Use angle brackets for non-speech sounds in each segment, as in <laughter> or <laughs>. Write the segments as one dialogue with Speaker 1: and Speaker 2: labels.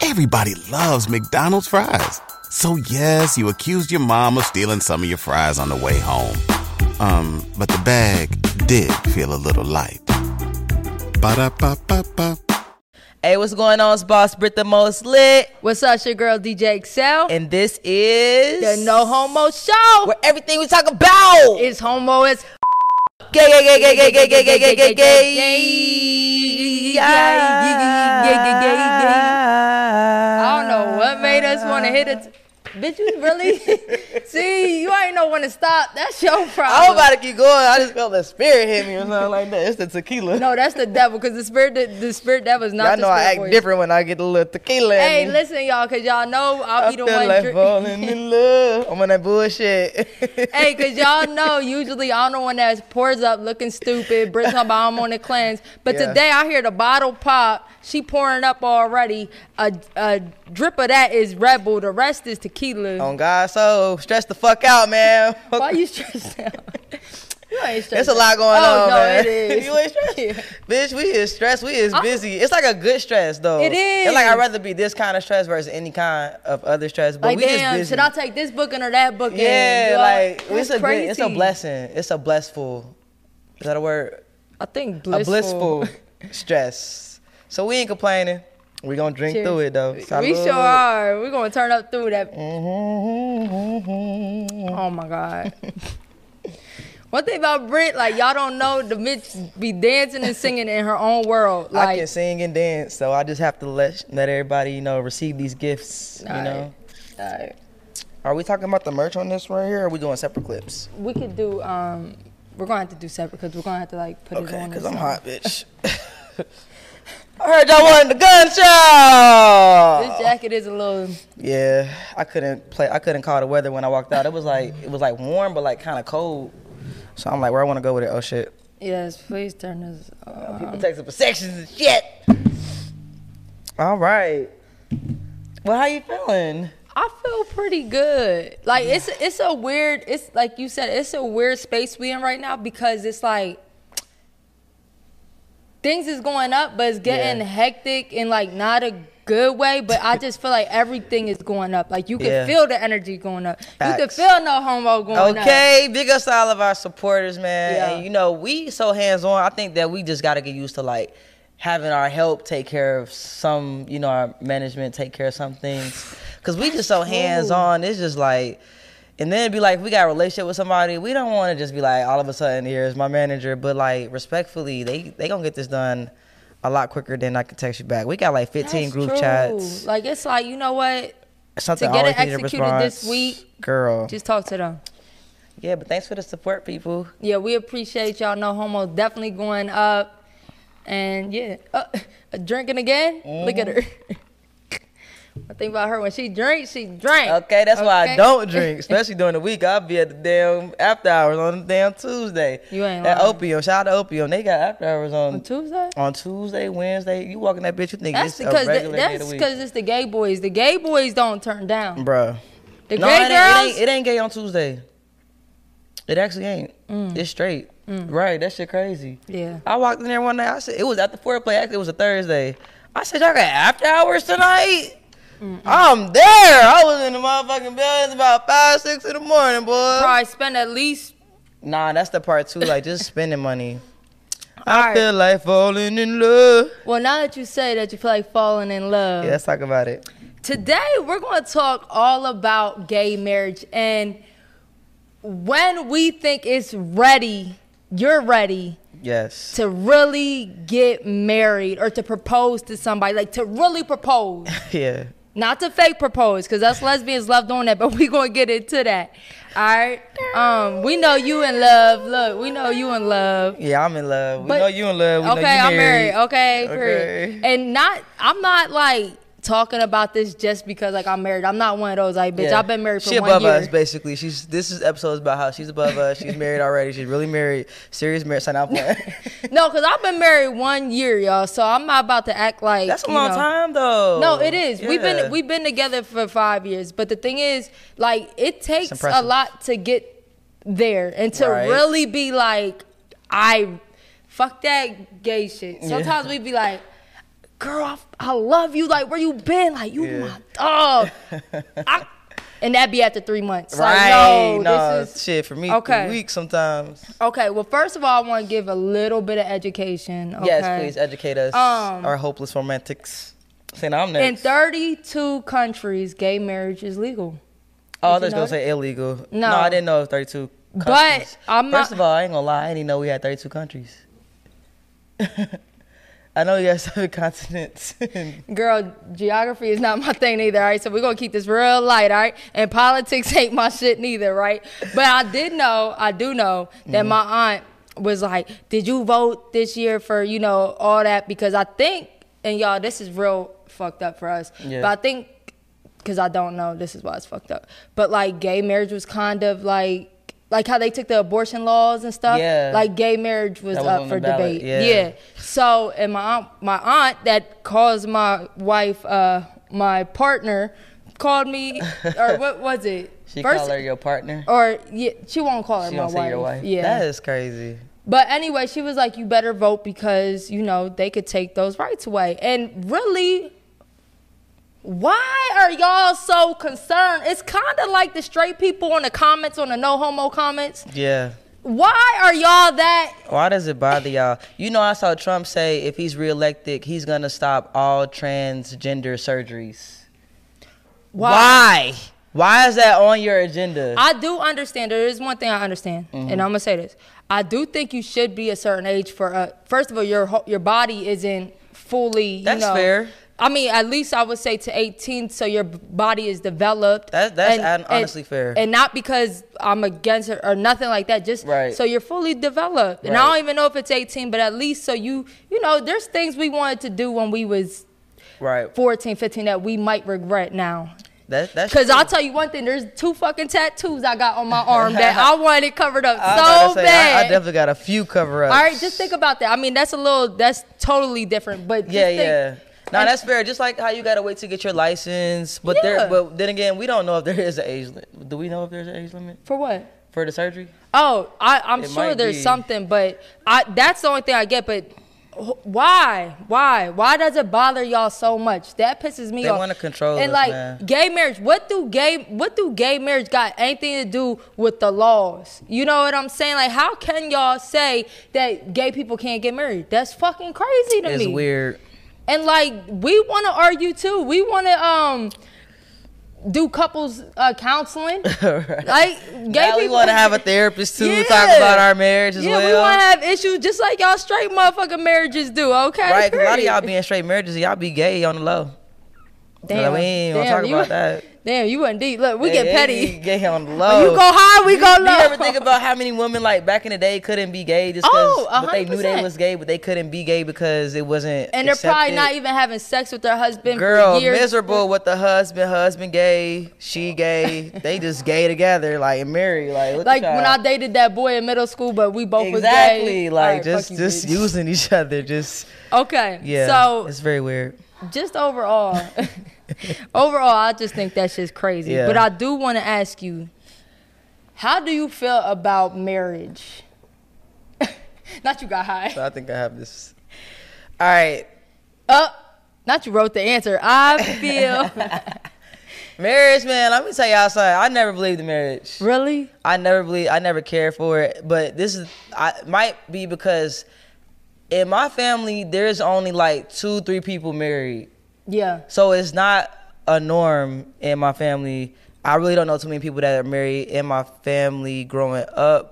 Speaker 1: Everybody loves McDonald's fries. So yes, you accused your mom of stealing some of your fries on the way home. Um, but the bag did feel a little light. Ba-da-ba-ba-ba.
Speaker 2: Hey, what's going on? It's Boss Brit the Most Lit,
Speaker 3: What's up, it's your girl DJ Excel?
Speaker 2: and this is
Speaker 3: The No Homo Show.
Speaker 2: where everything we talk about
Speaker 3: It's homo as
Speaker 2: gay, gay, gay, gay, gay, gay, gay, gay, gay, gay, gay.
Speaker 3: I don't know what made us want to hit it. Bitch, you
Speaker 2: <laughs>
Speaker 3: really? See, you ain't know when to stop. That's your
Speaker 2: I'm
Speaker 3: problem.
Speaker 2: about to keep going. I just felt the spirit hit me or something like that. It's the tequila.
Speaker 3: no, that's the devil, because the spirit, the, the spirit, that was not
Speaker 2: I
Speaker 3: the
Speaker 2: know I
Speaker 3: spirit
Speaker 2: act
Speaker 3: voice.
Speaker 2: different when I get a little tequila. in
Speaker 3: Hey,
Speaker 2: me.
Speaker 3: listen, y'all, because y'all know I'll
Speaker 2: I
Speaker 3: be the
Speaker 2: feel
Speaker 3: one
Speaker 2: like
Speaker 3: drink-
Speaker 2: falling in love. I'm on that bullshit. <laughs>
Speaker 3: Hey, cause y'all know usually I'm the one that pours up looking stupid. Brit talking about I'm on a cleanse, but
Speaker 2: Yeah.
Speaker 3: today I hear the bottle pop. She pouring up already. A, a drip of that is Red Bull. The rest is tequila.
Speaker 2: on God, so stress the fuck out, man.
Speaker 3: Why you stressed out? you ain't
Speaker 2: It's
Speaker 3: stressed.
Speaker 2: a lot going
Speaker 3: oh,
Speaker 2: on.
Speaker 3: no,
Speaker 2: man.
Speaker 3: it is.
Speaker 2: <laughs> you ain't stressed?
Speaker 3: Yeah.
Speaker 2: Bitch, we is stressed. We is
Speaker 3: I'm-
Speaker 2: busy. It's like a good stress though.
Speaker 3: It
Speaker 2: It's like I'd
Speaker 3: is.
Speaker 2: rather be this kind of stress versus any kind of other stress. But
Speaker 3: Like
Speaker 2: we
Speaker 3: damn,
Speaker 2: just busy.
Speaker 3: should I take this booking or that booking?
Speaker 2: yeah,
Speaker 3: Do I-
Speaker 2: like it's a
Speaker 3: That's
Speaker 2: good, it's a
Speaker 3: crazy.
Speaker 2: blessing. It's a blessful. Is that a word?
Speaker 3: I think blissful.
Speaker 2: A
Speaker 3: <laughs>
Speaker 2: blissful stress. So we ain't complaining. We gonna drink
Speaker 3: Cheers.
Speaker 2: through it though.
Speaker 3: We
Speaker 2: Salud.
Speaker 3: sure are. We're gonna turn up through that. Oh my god. One thing about Brit, like y'all don't know, the bitch be dancing and singing in her own world.
Speaker 2: I
Speaker 3: Like
Speaker 2: can sing and dance, so I just have to let let everybody you know receive these gifts. You
Speaker 3: Alright.
Speaker 2: know,
Speaker 3: Alright.
Speaker 2: are we talking about the merch on this right here? Or are we doing separate clips?
Speaker 3: we could do. um We're gonna have to do separate because we're gonna have to like put it
Speaker 2: Okay,
Speaker 3: on. or
Speaker 2: cause I'm
Speaker 3: something.
Speaker 2: hot, bitch. <laughs> I heard y'all wanted the gunshot.
Speaker 3: This jacket is a little.
Speaker 2: Yeah, I couldn't play. I couldn't call the weather when I walked out. It was like it was like warm, but like kind of cold. So I'm like, where I want to go with it? Oh shit!
Speaker 3: Yes, please turn this. Uh,
Speaker 2: People texting for sections and shit. All right. Well, how you feeling?
Speaker 3: I feel pretty good. Like it's
Speaker 2: Mm.
Speaker 3: it's a weird. It's like you said. It's a weird space we in right now because it's like things is going up, but it's getting
Speaker 2: Yeah.
Speaker 3: hectic in like not a good way. But I just feel like everything is going up. Like you can
Speaker 2: Yeah.
Speaker 3: feel the energy going up. You can
Speaker 2: Facts.
Speaker 3: feel no homo going up.
Speaker 2: Okay, big ups to all of our supporters, man.
Speaker 3: Yeah.
Speaker 2: And you know, we so hands on. I think that we just got to get used to like having our help take care of some, you know, our management take care of some things. Cause we just so hands on. It's just like, and then it'd be like, we got a relationship with somebody. We don't want to just be like, all of a sudden, here's my manager. But like, respectfully, they they gonna get this done a lot quicker than I can text you back. We got like 15
Speaker 3: That's
Speaker 2: group
Speaker 3: true.
Speaker 2: chats.
Speaker 3: Like it's like you know what?
Speaker 2: Something
Speaker 3: to get
Speaker 2: always
Speaker 3: it
Speaker 2: needed a
Speaker 3: executed this
Speaker 2: response.
Speaker 3: week,
Speaker 2: girl.
Speaker 3: Just talk to them.
Speaker 2: yeah, but thanks for the support, people.
Speaker 3: Yeah, we appreciate y'all. No homo, definitely going up, and yeah, uh, <laughs> drinking again. Look at her. <laughs> I think about her when she drinks, she drank.
Speaker 2: Mm-hmm. Okay, that's why I
Speaker 3: Okay?
Speaker 2: don't drink, especially during the week. I'll be at the damn after hours on the damn Tuesday.
Speaker 3: You ain't
Speaker 2: At
Speaker 3: lying.
Speaker 2: Opium, shout out to Opium. They got after hours on
Speaker 3: <laughs> On Tuesday.
Speaker 2: on Tuesday, Wednesday. You walking that bitch, you think
Speaker 3: That's
Speaker 2: it's
Speaker 3: because
Speaker 2: a
Speaker 3: the,
Speaker 2: regular day of
Speaker 3: that's
Speaker 2: the week,
Speaker 3: because it's the gay boys. The gay boys don't turn down.
Speaker 2: bruh.
Speaker 3: The
Speaker 2: No, it
Speaker 3: gay
Speaker 2: ain't, it,
Speaker 3: girls.
Speaker 2: ain't, it ain't gay on Tuesday. It actually ain't.
Speaker 3: Mm.
Speaker 2: It's straight. Right, that shit crazy.
Speaker 3: Yeah.
Speaker 2: I walked in there one night. I said it was at the foreplay. Actually, it was a Thursday. I said y'all got after hours tonight. I'm there. I was in the motherfucking buildings about five, six in the morning, boy.
Speaker 3: Probably spend at least.
Speaker 2: Nah, that's the part too. Like just spending
Speaker 3: <laughs>
Speaker 2: money. I
Speaker 3: Alright.
Speaker 2: feel like falling in love.
Speaker 3: Well, now that you say that, you feel like falling in love.
Speaker 2: Yeah, let's talk about it.
Speaker 3: Today, we're going to talk all about gay marriage and when we think it's ready, you're ready
Speaker 2: Yes.
Speaker 3: to really get married or to propose to somebody, like to really propose, <laughs>
Speaker 2: Yeah.
Speaker 3: not to fake propose, because us lesbians love doing that, <laughs> but we going to get into that. All right. Um, we know you in love. Look, we know you in love.
Speaker 2: Yeah, I'm in love.
Speaker 3: But-
Speaker 2: we know you in love. We know
Speaker 3: okay,
Speaker 2: you
Speaker 3: I'm married. Okay,
Speaker 2: Okay.
Speaker 3: period. And not, I'm not like talking about this just because like I'm married. I'm not one of those like, bitch.
Speaker 2: Yeah.
Speaker 3: I've been married for
Speaker 2: she
Speaker 3: one
Speaker 2: above
Speaker 3: year.
Speaker 2: us basically. She's this is episodes about how she's above us. She's married already. She's really married. Serious marriage. Sign out for.
Speaker 3: <laughs> No, because I've been married one year, y'all. So I'm not about to act like
Speaker 2: That's a
Speaker 3: you
Speaker 2: long
Speaker 3: know.
Speaker 2: time though.
Speaker 3: No, it is. We've
Speaker 2: Yeah.
Speaker 3: been we've been together for five years, but the thing is, like, it takes a
Speaker 2: impressive.
Speaker 3: lot to get there and to
Speaker 2: Right.
Speaker 3: really be like, I fuck that gay shit. Sometimes we be like, girl, I, I love you. Like, where you been? Like, you my
Speaker 2: <laughs>
Speaker 3: dog. I- and that'd be after three months. Like,
Speaker 2: right?
Speaker 3: yo,
Speaker 2: no,
Speaker 3: this is
Speaker 2: shit for me.
Speaker 3: Okay.
Speaker 2: Three weeks sometimes.
Speaker 3: Okay, well, first of all, I want to give a little bit of education. Okay?
Speaker 2: Yes, please educate us.
Speaker 3: Um,
Speaker 2: our hopeless romantics. Saying I'm
Speaker 3: In
Speaker 2: next.
Speaker 3: 32 countries, gay marriage is legal.
Speaker 2: oh, I
Speaker 3: did you
Speaker 2: was gonna
Speaker 3: know
Speaker 2: say illegal.
Speaker 3: No.
Speaker 2: I didn't know it was 32.
Speaker 3: But
Speaker 2: Countries.
Speaker 3: I'm
Speaker 2: First
Speaker 3: not-
Speaker 2: of all, I ain't gonna lie. I didn't even know we had 32 countries. <laughs> I know you have seven continents.
Speaker 3: Girl, geography is not my thing either, all right? So we're going to keep this real light, all right? And politics <laughs> ain't my shit neither, right? But I did know, I do know that
Speaker 2: Mm-hmm.
Speaker 3: my aunt was like, Did you vote this year for, you know, all that? Because I think, and y'all, this is real fucked up for us.
Speaker 2: Yeah.
Speaker 3: But I think, because I don't know, this is why it's fucked up. But like, gay marriage was kind of like, like how they took the abortion laws and stuff.
Speaker 2: Yeah.
Speaker 3: Like gay marriage was,
Speaker 2: That was
Speaker 3: up
Speaker 2: on
Speaker 3: for
Speaker 2: the ballot,
Speaker 3: debate.
Speaker 2: yeah.
Speaker 3: yeah. So, and my aunt, my aunt that caused my wife, uh, my partner, called me,
Speaker 2: <laughs>
Speaker 3: or what was it?
Speaker 2: <laughs> she
Speaker 3: First-
Speaker 2: called her your partner.
Speaker 3: Or yeah, she won't call her
Speaker 2: she
Speaker 3: my
Speaker 2: don't
Speaker 3: wife.
Speaker 2: say your wife.
Speaker 3: Yeah.
Speaker 2: That is crazy.
Speaker 3: But anyway, she was like, "You better vote because you know they could take those rights away." And really, why are y'all so concerned? It's kind of like the straight people on the comments on the no homo comments.
Speaker 2: Yeah.
Speaker 3: Why are y'all that?
Speaker 2: Why does it bother y'all? You know, I saw Trump say if he's reelected, he's gonna stop all transgender surgeries. Why? Why is that on your agenda?
Speaker 3: I do understand. There is one thing I understand,
Speaker 2: Mm-hmm.
Speaker 3: and I'm gonna say this. I do think you should be a certain age for. A, first of all, your ho- your body isn't fully. You
Speaker 2: That's
Speaker 3: know,
Speaker 2: fair.
Speaker 3: I mean, at least I would say to 18, so your b- body is developed.
Speaker 2: That- that's hon- honestly
Speaker 3: and,
Speaker 2: fair.
Speaker 3: And not because I'm against it or nothing like that. Just
Speaker 2: Right.
Speaker 3: so you're fully developed. And I
Speaker 2: Right.
Speaker 3: don't even know if it's 18, but at least so you you know, there's things we wanted to do when we was
Speaker 2: right.
Speaker 3: 14, 15 that we might regret now.
Speaker 2: That, that's
Speaker 3: Cause I'll
Speaker 2: true.
Speaker 3: tell you one thing, there's two fucking tattoos I got on my
Speaker 2: <laughs>
Speaker 3: arm that I wanted covered up
Speaker 2: I
Speaker 3: so
Speaker 2: gotta say,
Speaker 3: bad.
Speaker 2: I, I definitely got a few cover ups.
Speaker 3: All right, just think about that. I mean, that's a little, that's totally different. But just
Speaker 2: Yeah,
Speaker 3: think,
Speaker 2: yeah. No,
Speaker 3: and-
Speaker 2: that's fair. Just like how you gotta wait to get your license, but
Speaker 3: Yeah.
Speaker 2: there, but then again, we don't know if there is an age limit. Do we know if there's an age limit
Speaker 3: for what?
Speaker 2: for the surgery?
Speaker 3: Oh, I, I'm
Speaker 2: It
Speaker 3: sure
Speaker 2: might
Speaker 3: there's
Speaker 2: be.
Speaker 3: something, but I, that's the only thing I get. But wh- why, why, why does it bother y'all so much? That pisses me
Speaker 2: They
Speaker 3: off.
Speaker 2: wanna control
Speaker 3: And
Speaker 2: us,
Speaker 3: like
Speaker 2: man.
Speaker 3: gay marriage, what do gay, what do gay marriage got anything to do with the laws? You know what I'm saying? Like, how can y'all say that gay people can't get married? That's fucking crazy to
Speaker 2: It's
Speaker 3: me.
Speaker 2: weird. <laughs>
Speaker 3: And like we want to argue too. We want to um do couples uh, counseling.
Speaker 2: <laughs> Right.
Speaker 3: Like gay
Speaker 2: now
Speaker 3: people
Speaker 2: we want to have a therapist too. Talk about our marriage as
Speaker 3: yeah,
Speaker 2: well.
Speaker 3: we want to have issues just like y'all straight motherfucking marriages do. Okay,
Speaker 2: Right, 'cause a
Speaker 3: <laughs>
Speaker 2: lot of y'all
Speaker 3: Period.
Speaker 2: being straight marriages, y'all be gay on the low.
Speaker 3: Damn,
Speaker 2: we ain't gonna
Speaker 3: damn,
Speaker 2: talk
Speaker 3: you-
Speaker 2: about that.
Speaker 3: Damn, you went deep. Look, we
Speaker 2: They-
Speaker 3: get
Speaker 2: they
Speaker 3: petty.
Speaker 2: be Gay on the
Speaker 3: When
Speaker 2: low.
Speaker 3: <laughs> you go high, we go
Speaker 2: Do
Speaker 3: low.
Speaker 2: you ever
Speaker 3: <laughs>
Speaker 2: think about how many women like back in the day couldn't be gay just because
Speaker 3: Oh,
Speaker 2: but they knew they
Speaker 3: 100%.
Speaker 2: was gay, but they couldn't be gay because it wasn't.
Speaker 3: and they're
Speaker 2: accepted?
Speaker 3: probably not even having sex with their husband.
Speaker 2: Girl,
Speaker 3: for years.
Speaker 2: miserable with the husband, husband gay, she gay. they just gay together, like and married. Like, look
Speaker 3: Like
Speaker 2: at
Speaker 3: when
Speaker 2: y'all.
Speaker 3: I dated that boy in middle school, but we both was
Speaker 2: exactly
Speaker 3: gay.
Speaker 2: like
Speaker 3: All right,
Speaker 2: just
Speaker 3: fuck you,
Speaker 2: just
Speaker 3: bitch.
Speaker 2: using each other. Just
Speaker 3: Okay,
Speaker 2: yeah.
Speaker 3: So
Speaker 2: it's very weird.
Speaker 3: just overall, <laughs> overall, I just think that shit's crazy.
Speaker 2: Yeah.
Speaker 3: But I do want to ask you, how do you feel about marriage? <laughs> not you got high.
Speaker 2: I think I have this. All right,
Speaker 3: Uh, not you wrote the answer. I
Speaker 2: <laughs>
Speaker 3: feel
Speaker 2: marriage, man. Let me tell y'all something. I never believed in marriage.
Speaker 3: really.
Speaker 2: I never believe I never cared for it, but this is I might be because in my family there's only like two three people married,
Speaker 3: Yeah.
Speaker 2: so it's not a norm in my family. I really don't know too many people that are married in my family growing up.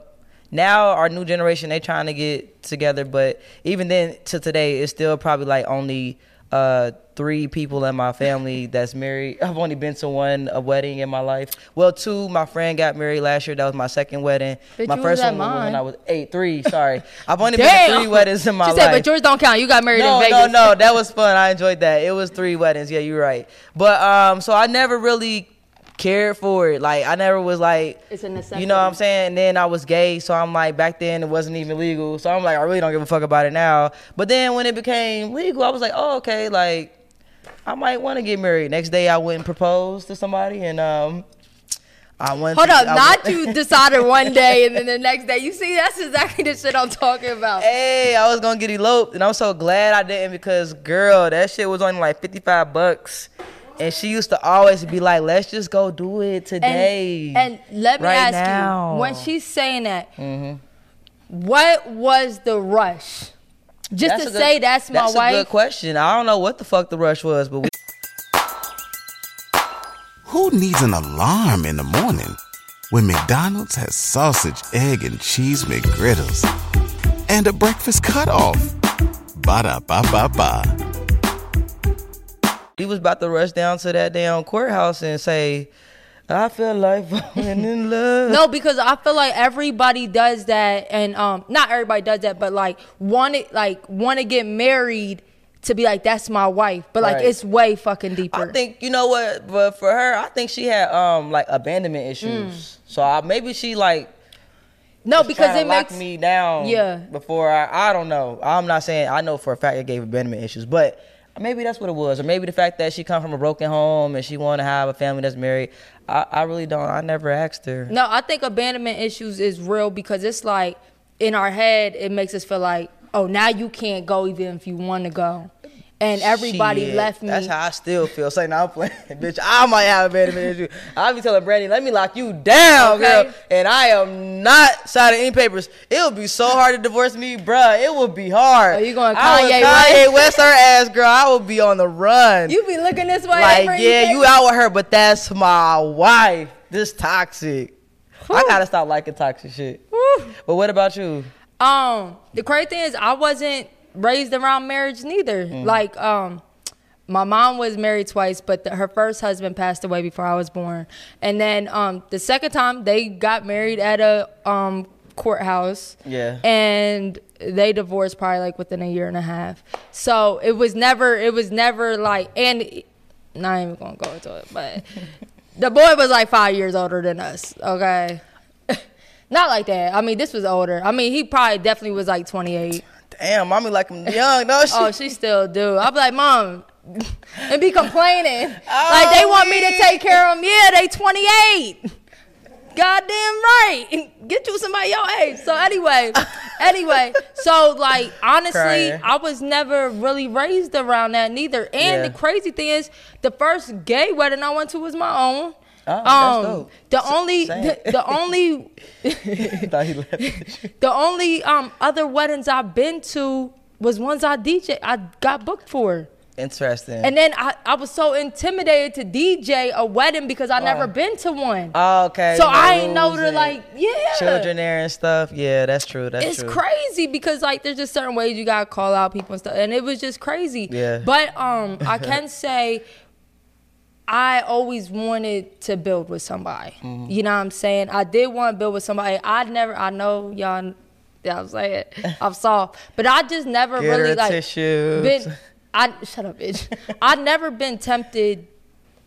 Speaker 2: Now our new generation they trying to get together, but even then to today it's still probably like only uh three people in my
Speaker 3: <laughs>
Speaker 2: family that's married. I've only been to one a wedding in my life. Well, two. My friend got married last year. That was my second wedding.
Speaker 3: But
Speaker 2: my
Speaker 3: you was
Speaker 2: first
Speaker 3: at
Speaker 2: one was when
Speaker 3: mine.
Speaker 2: I was eight three. Sorry, I've only been to
Speaker 3: Damn.
Speaker 2: three weddings in my
Speaker 3: she
Speaker 2: life.
Speaker 3: said, but yours don't count. You got married
Speaker 2: No,
Speaker 3: in
Speaker 2: no,
Speaker 3: Vegas.
Speaker 2: no. That was fun. I enjoyed that. It was three weddings. Yeah, you're right. But um, so I never really cared for it. Like I never was like
Speaker 3: It's a necessity.
Speaker 2: You know what I'm saying? And then I was gay, so I'm like back then it wasn't even legal. So I'm like, I really don't give a fuck about it now. But then when it became legal, I was like, oh okay, like I might want to get married. Next day I went and proposed to somebody and um I want.
Speaker 3: Hold
Speaker 2: to-
Speaker 3: up,
Speaker 2: I
Speaker 3: not
Speaker 2: want-
Speaker 3: you decided
Speaker 2: <laughs>
Speaker 3: one day and then the next day. You see, that's exactly the shit I'm talking about.
Speaker 2: Hey, I was gonna get eloped, and I'm so glad I didn't because girl, that shit was only like 55 bucks, and she used to always be like, "Let's just go do it today."
Speaker 3: And, and let me
Speaker 2: right
Speaker 3: ask
Speaker 2: now. Mm-hmm.
Speaker 3: you, when she's saying that, what was the rush? Just
Speaker 2: That's
Speaker 3: to
Speaker 2: a good-
Speaker 3: say that's my
Speaker 2: that's
Speaker 3: wife.
Speaker 2: a good question. I don't know what the fuck the rush was, but we
Speaker 1: Who needs an alarm in the morning when McDonald's has sausage, egg, and cheese McGriddles and a breakfast cutoff? Ba da ba ba ba.
Speaker 2: He was about to rush down to that damn courthouse and say, I feel like falling
Speaker 3: <laughs>
Speaker 2: in love.
Speaker 3: No, because I feel like everybody does that, and um, not everybody does that, but like want to like want to get married to be like that's my wife, but like
Speaker 2: Right.
Speaker 3: it's way fucking deeper.
Speaker 2: I think you know what, but for her, I think she had um like abandonment
Speaker 3: Mm.
Speaker 2: issues. So I, maybe she like
Speaker 3: no,
Speaker 2: was
Speaker 3: Oh, because
Speaker 2: trying
Speaker 3: it
Speaker 2: to lock
Speaker 3: makes
Speaker 2: me down.
Speaker 3: Yeah.
Speaker 2: Before I, I don't know. I'm not saying I know for a fact it gave abandonment issues, but maybe that's what it was, or maybe the fact that she come from a broken home and she want to have a family that's married. I, I really don't. I never asked her.
Speaker 3: No, I think abandonment issues is real because it's like in our head, it makes us feel like, oh, now you can't go even if you want to go. And everybody
Speaker 2: Shit,
Speaker 3: left me.
Speaker 2: That's how I still feel. Say, now I'm playing, <laughs> bitch. I might have a better issue. I be telling Brandy, let me lock you down,
Speaker 3: Okay.
Speaker 2: girl. And I am not signing any papers. It would be so hard to divorce me, bruh. It would be hard.
Speaker 3: Oh, you going
Speaker 2: I would
Speaker 3: Kanye
Speaker 2: Kanye West
Speaker 3: West?
Speaker 2: her ass, girl. I would be on the run.
Speaker 3: you be looking this way.
Speaker 2: like,
Speaker 3: every
Speaker 2: yeah,
Speaker 3: day.
Speaker 2: you out with her, but that's my wife. This toxic. I
Speaker 3: Whew.
Speaker 2: gotta stop liking toxic shit.
Speaker 3: Whew.
Speaker 2: But what about you?
Speaker 3: Um, the crazy thing is, I wasn't raised around marriage neither. Like, um, my mom was married twice, but the, her first husband passed away before I was born, and then um, the second time they got married at a um courthouse.
Speaker 2: Yeah.
Speaker 3: and they divorced probably like within a year and a half. So it was never, it was never like, and not even gonna go into it, but the boy was like five years older than us. Okay. <laughs> Not like that. I mean, this was older. I mean, he probably definitely was like 28.
Speaker 2: Damn, mommy like him young, don't she?
Speaker 3: Oh, she still do. I'll be like, mom, <laughs> and be complaining.
Speaker 2: <laughs> Oh,
Speaker 3: like, they want me to
Speaker 2: we-
Speaker 3: take care of them. Yeah, they 28. <laughs> Goddamn right. <laughs> Get you somebody your age.
Speaker 2: <laughs>
Speaker 3: So, anyway, anyway, so like, honestly,
Speaker 2: Crying.
Speaker 3: I was never really raised around that neither. And
Speaker 2: Yeah.
Speaker 3: the crazy thing is, the first gay wedding I went to was my own. Um,
Speaker 2: Oh, that's dope.
Speaker 3: The only,
Speaker 2: same.
Speaker 3: the, the only
Speaker 2: <laughs> I thought he left.
Speaker 3: the only um other weddings I've been to was ones I DJ I got booked for.
Speaker 2: Interesting.
Speaker 3: And then I, I was so intimidated to DJ a wedding because I
Speaker 2: Why?
Speaker 3: never been to one.
Speaker 2: Oh, okay.
Speaker 3: so
Speaker 2: you know,
Speaker 3: I ain't know
Speaker 2: rules
Speaker 3: to
Speaker 2: and
Speaker 3: like yeah.
Speaker 2: children there and stuff. Yeah, that's true. That's
Speaker 3: It's
Speaker 2: true.
Speaker 3: crazy because like there's just certain ways you gotta call out people and stuff, and it was just crazy.
Speaker 2: Yeah. <laughs>
Speaker 3: But um, I can say I always wanted to build with somebody.
Speaker 2: Mm-hmm.
Speaker 3: You know what I'm saying? I did want to build with somebody. I never. I know y'all. Yeah, I'm saying
Speaker 2: <laughs>
Speaker 3: I'm soft, but I just never
Speaker 2: Get her
Speaker 3: really like
Speaker 2: tissues.
Speaker 3: been. I shut up,
Speaker 2: <laughs>
Speaker 3: bitch. I never been tempted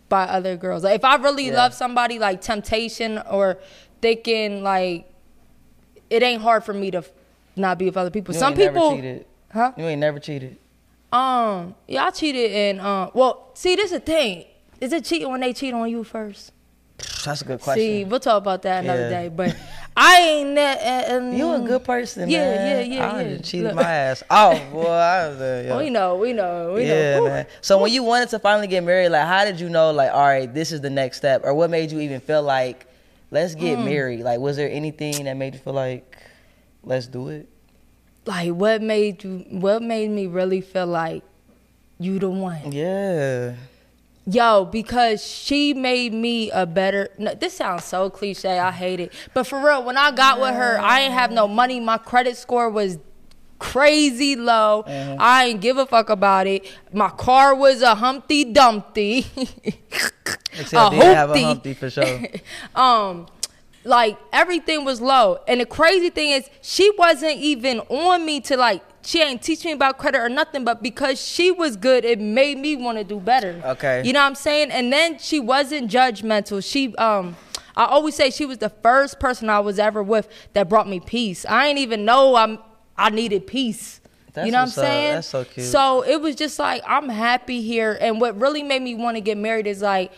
Speaker 3: by other girls. Like if I really
Speaker 2: Yeah.
Speaker 3: love somebody, like temptation or thinking like it ain't hard for me to f- not be with other people.
Speaker 2: You
Speaker 3: Some
Speaker 2: ain't never
Speaker 3: people,
Speaker 2: cheated.
Speaker 3: huh?
Speaker 2: You ain't never cheated.
Speaker 3: Um, yeah, I cheated and um. Well, see, this is the thing. Is it cheating when they cheat on you first?
Speaker 2: That's a good question.
Speaker 3: See, we'll talk about that another
Speaker 2: Yeah.
Speaker 3: day.
Speaker 2: <laughs>
Speaker 3: But I ain't that. Uh,
Speaker 2: you a good person.
Speaker 3: Yeah,
Speaker 2: man.
Speaker 3: yeah, yeah,
Speaker 2: I
Speaker 3: yeah.
Speaker 2: done cheated
Speaker 3: Look.
Speaker 2: my ass. Oh boy, <laughs> I was there.
Speaker 3: We
Speaker 2: Yeah.
Speaker 3: know, we know, we
Speaker 2: Yeah,
Speaker 3: know. Whew.
Speaker 2: man. So when you wanted to finally get married, like, how did you know, like, all right, this is the next step, or what made you even feel like, let's get married? Like, was there anything that made you feel like, let's do it?
Speaker 3: Like, what made you? What made me really feel like you the one?
Speaker 2: Yeah.
Speaker 3: Yo, because she made me a better. No, this sounds so cliche. I hate it, but for real, when I got with her, I ain't have no money. My credit score was crazy low.
Speaker 2: Uh-huh.
Speaker 3: I ain't give a fuck about it. My car was a Humpty Dumpty. <laughs>
Speaker 2: Except they have a Humpty for sure.
Speaker 3: um, like everything was low, and the crazy thing is, she wasn't even on me to like. She ain't teach me about credit or nothing, but because she was good, it made me want to do better.
Speaker 2: Okay.
Speaker 3: You know what I'm saying? And then she wasn't judgmental. She um I always say she was the first person I was ever with that brought me peace. I ain't even know I'm I needed peace.
Speaker 2: That's
Speaker 3: you know what I'm
Speaker 2: what's up.
Speaker 3: saying?
Speaker 2: That's so cute.
Speaker 3: So it was just like I'm happy here and what really made me want to get married is like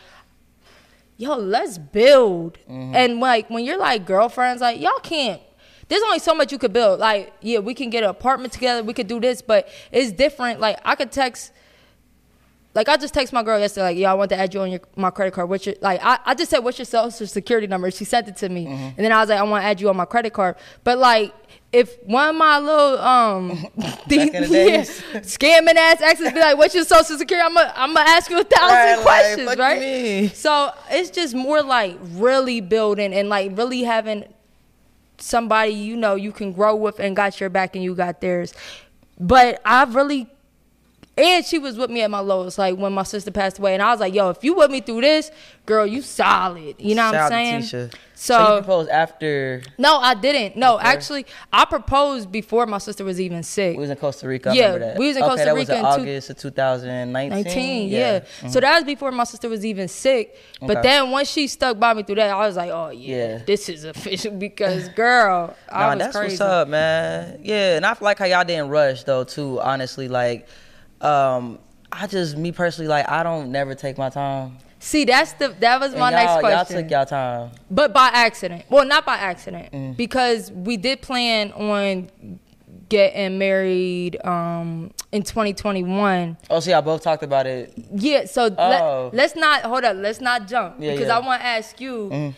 Speaker 3: yo, let's build.
Speaker 2: Mm-hmm.
Speaker 3: And like when you're like girlfriends, like y'all can't. There's only so much you could build. Like, yeah, we can get an apartment together, we could do this, but it's different. Like, I could text like I just text my girl yesterday, like, yo, I want to add you on your my credit card. What's your like I, I just said what's your social security number? She sent it to
Speaker 2: Mm-hmm.
Speaker 3: me. And then I was like, I want to add you on my credit card. But like if one of my
Speaker 2: <laughs>
Speaker 3: little um these-
Speaker 2: in the days.
Speaker 3: scamming ass exes be like, What's your social security? I'm gonna I'm gonna ask you a thousand
Speaker 2: Right, like,
Speaker 3: questions,
Speaker 2: fuck you
Speaker 3: right?
Speaker 2: mean.
Speaker 3: So it's just more like really building and like really having somebody you know you can grow with and got your back and you got theirs. But I really and she was with me at my lowest, like when my sister passed away, and I was like, "Yo, if you with me through this, girl, you solid." <laughs> You know what
Speaker 2: Shout
Speaker 3: I'm
Speaker 2: out to
Speaker 3: saying?
Speaker 2: Tisha.
Speaker 3: So,
Speaker 2: you proposed after
Speaker 3: no, I didn't. No, actually, I proposed before my sister was even sick.
Speaker 2: we was in Costa Rica. I
Speaker 3: Yeah,
Speaker 2: remember that.
Speaker 3: we was in
Speaker 2: okay,
Speaker 3: Costa
Speaker 2: that was
Speaker 3: Rica
Speaker 2: in
Speaker 3: in two-
Speaker 2: August of 2019.
Speaker 3: 19, yeah. So that was before my sister was even sick. But
Speaker 2: Mm-hmm. Okay.
Speaker 3: then once she stuck by me through that, I was like, "Oh yeah,
Speaker 2: Yeah.
Speaker 3: this is official." <laughs> Because girl, I
Speaker 2: Nah,
Speaker 3: was
Speaker 2: that's
Speaker 3: crazy.
Speaker 2: what's up, man. Yeah, and I feel like how y'all didn't rush though, too. Honestly, like, um, I just me personally, like, I don't never take my time.
Speaker 3: See, that's the that was
Speaker 2: And
Speaker 3: my next
Speaker 2: y'all-
Speaker 3: question.
Speaker 2: Y'all took y'all time.
Speaker 3: But by accident. Well, not by accident.
Speaker 2: Mm.
Speaker 3: Because we did plan on getting married um in 2021.
Speaker 2: Oh, so y'all both talked about it.
Speaker 3: Yeah, so
Speaker 2: Oh.
Speaker 3: let, us not hold up, let's not jump
Speaker 2: Yeah,
Speaker 3: because
Speaker 2: yeah. Mm.
Speaker 3: I want to ask you.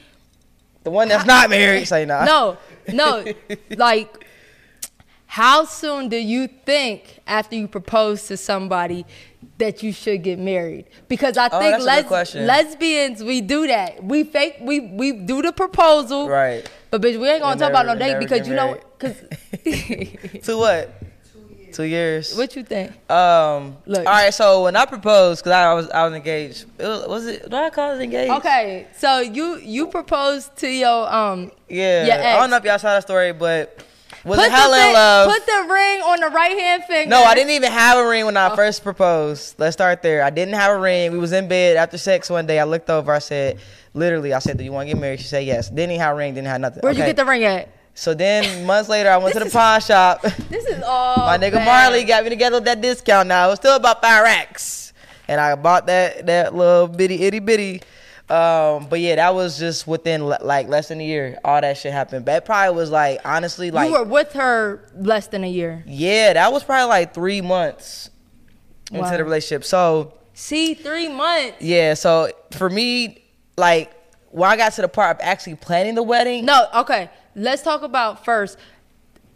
Speaker 2: The one that's not married, say nah.
Speaker 3: No, no. like how soon do you think after you propose to somebody that you should get married? Because I
Speaker 2: Oh,
Speaker 3: think
Speaker 2: that's a good question.
Speaker 3: lesbians we do that. We fake we we do the proposal.
Speaker 2: Right.
Speaker 3: But bitch, we ain't gonna
Speaker 2: Then
Speaker 3: talk about no
Speaker 2: never- never
Speaker 3: date because
Speaker 2: get
Speaker 3: you know
Speaker 2: married. <laughs>
Speaker 3: because
Speaker 2: To what? Two years.
Speaker 3: what you think?
Speaker 2: Um.
Speaker 3: Look.
Speaker 2: All right. So when I proposed, cause I was I was engaged. It was, was it? Did I call it engaged?
Speaker 3: Okay, so you you proposed to your um
Speaker 2: Yeah.
Speaker 3: your
Speaker 2: I don't
Speaker 3: ex.
Speaker 2: know if y'all saw the story, but was
Speaker 3: Put
Speaker 2: it
Speaker 3: the,
Speaker 2: hella in
Speaker 3: fi-
Speaker 2: love?
Speaker 3: put the ring on the right hand finger.
Speaker 2: No, I didn't even have a ring when I first proposed. Let's start there. I didn't have a ring. We was in bed after sex one day. I looked over. I said, literally, I said, "Do you want to get married?" She said, "Yes." Didn't even have a ring. Didn't have nothing.
Speaker 3: Where'd you
Speaker 2: Okay.
Speaker 3: get the ring at?
Speaker 2: So then months later, I went to
Speaker 3: This Oh,
Speaker 2: the pawn
Speaker 3: <laughs>
Speaker 2: shop. <laughs>
Speaker 3: This is all
Speaker 2: My nigga
Speaker 3: bad.
Speaker 2: Marley got me together with that discount. Now it was still about five racks, and I bought that that little bitty itty bitty. Um, but yeah, that was just within le- like less than a year. All that shit happened. That probably was like honestly like
Speaker 3: you were with her less than a year.
Speaker 2: yeah, that was probably like three months
Speaker 3: Wow.
Speaker 2: into the relationship. So
Speaker 3: See, three months.
Speaker 2: yeah, so for me, like when I got to the part of actually planning the wedding,
Speaker 3: No, okay. Let's talk about first.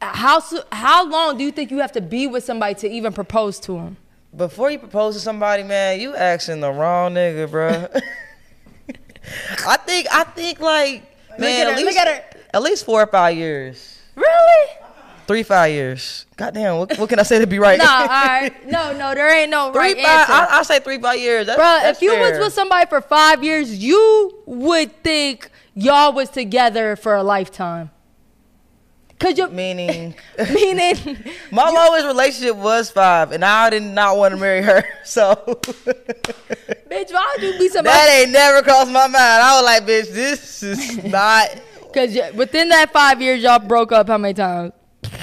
Speaker 3: How so, how long do you think you have to be with somebody to even propose to them?
Speaker 2: before you propose to somebody, man, you asking the wrong nigga, bro.
Speaker 3: <laughs>
Speaker 2: I think I think like man,
Speaker 3: at
Speaker 2: at
Speaker 3: her,
Speaker 2: least
Speaker 3: look at her.
Speaker 2: at least four or five years,
Speaker 3: Really?
Speaker 2: three five years. Goddamn, what, what can I say to be right?
Speaker 3: No, all right. No, no, there ain't no
Speaker 2: <laughs> three
Speaker 3: right
Speaker 2: five.
Speaker 3: answer.
Speaker 2: I, I say three five years, That's-
Speaker 3: Bro,
Speaker 2: that's
Speaker 3: if you
Speaker 2: fair.
Speaker 3: was with somebody for five years, you would think y'all was together for a lifetime. Cause you
Speaker 2: meaning.
Speaker 3: <laughs> meaning <laughs>
Speaker 2: My lowest relationship was five, and I did not want to marry her. <laughs>
Speaker 3: <laughs>
Speaker 2: So
Speaker 3: bitch, why would you be somebody?
Speaker 2: that ain't never crossed my mind. I was like, bitch, this is
Speaker 3: <laughs>
Speaker 2: not.
Speaker 3: Cause you- within that five years, y'all broke up how many times? <laughs>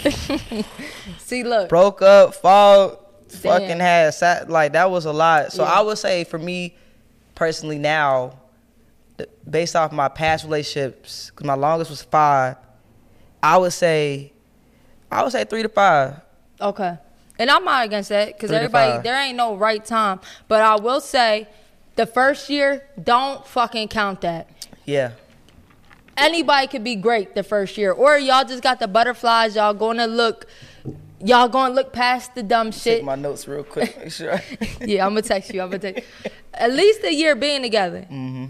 Speaker 3: See, look,
Speaker 2: Broke up, fought,
Speaker 3: Damn.
Speaker 2: fucking had sat like that was a lot. So
Speaker 3: Yeah.
Speaker 2: I would say for me personally now, th- based off my past relationships, 'cause my longest was five. I would say, I would say three to five.
Speaker 3: okay. And I'm not against that because
Speaker 2: Three to
Speaker 3: everybody,
Speaker 2: five.
Speaker 3: there ain't no right time. But I will say, the first year, don't fucking count that.
Speaker 2: Yeah.
Speaker 3: Anybody could be great the first year, or y'all just got the butterflies. Y'all going to look, y'all going to look past the dumb shit.
Speaker 2: Take my notes real quick. Make sure. I-
Speaker 3: <laughs> yeah, I'm gonna text you. I'm gonna text. At least a year being together.
Speaker 2: Mm-hmm.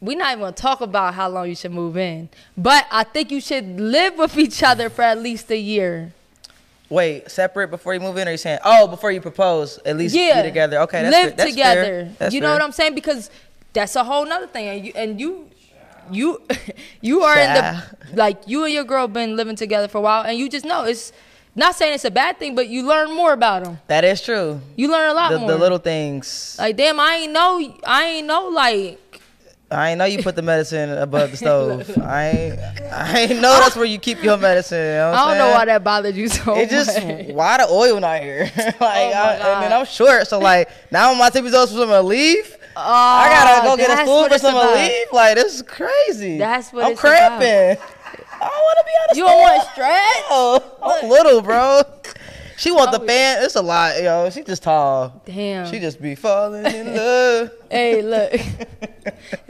Speaker 3: We're not even gonna talk about how long you should move in, but I think you should live with each other for at least a year.
Speaker 2: Wait, separate before you move in, or you saying, oh, before you propose, at least
Speaker 3: Yeah,
Speaker 2: be together. Okay, that's
Speaker 3: live
Speaker 2: fair. That's fair.
Speaker 3: together.
Speaker 2: That's
Speaker 3: you know what
Speaker 2: fair.
Speaker 3: I'm saying? Because that's a whole nother thing, and you and you. You, <laughs> you are
Speaker 2: Child.
Speaker 3: in the like you and your girl been living together for a while, and you just know it's not saying it's a bad thing, but you learn more about them.
Speaker 2: That is true.
Speaker 3: You learn a lot
Speaker 2: The,
Speaker 3: more.
Speaker 2: the little things.
Speaker 3: like damn, I ain't know, I ain't know like
Speaker 2: I ain't know you put the medicine
Speaker 3: <laughs>
Speaker 2: above the stove. I ain't, I ain't know that's where you keep your medicine. You know what
Speaker 3: I
Speaker 2: I'm
Speaker 3: don't know why
Speaker 2: saying?
Speaker 3: that bothered you so
Speaker 2: It just
Speaker 3: <laughs> much.
Speaker 2: why the oil not here? <laughs> like,
Speaker 3: Oh my
Speaker 2: I, and then
Speaker 3: God.
Speaker 2: I'm short, so like now my tippy toes for someone to leave. <laughs> I gotta go get
Speaker 3: Oh, that's
Speaker 2: a food
Speaker 3: what
Speaker 2: or
Speaker 3: it's
Speaker 2: something to
Speaker 3: about.
Speaker 2: leave. Like this is crazy.
Speaker 3: That's what
Speaker 2: I'm
Speaker 3: it's about.
Speaker 2: cramping. I don't want to be on the
Speaker 3: You don't want
Speaker 2: staff.
Speaker 3: stretch?
Speaker 2: No, I'm little, bro. She want the
Speaker 3: Oh,
Speaker 2: fan. It's a lot, yo. She just tall.
Speaker 3: Damn.
Speaker 2: She just be falling in
Speaker 3: <laughs>
Speaker 2: love. <laughs>
Speaker 3: hey, look.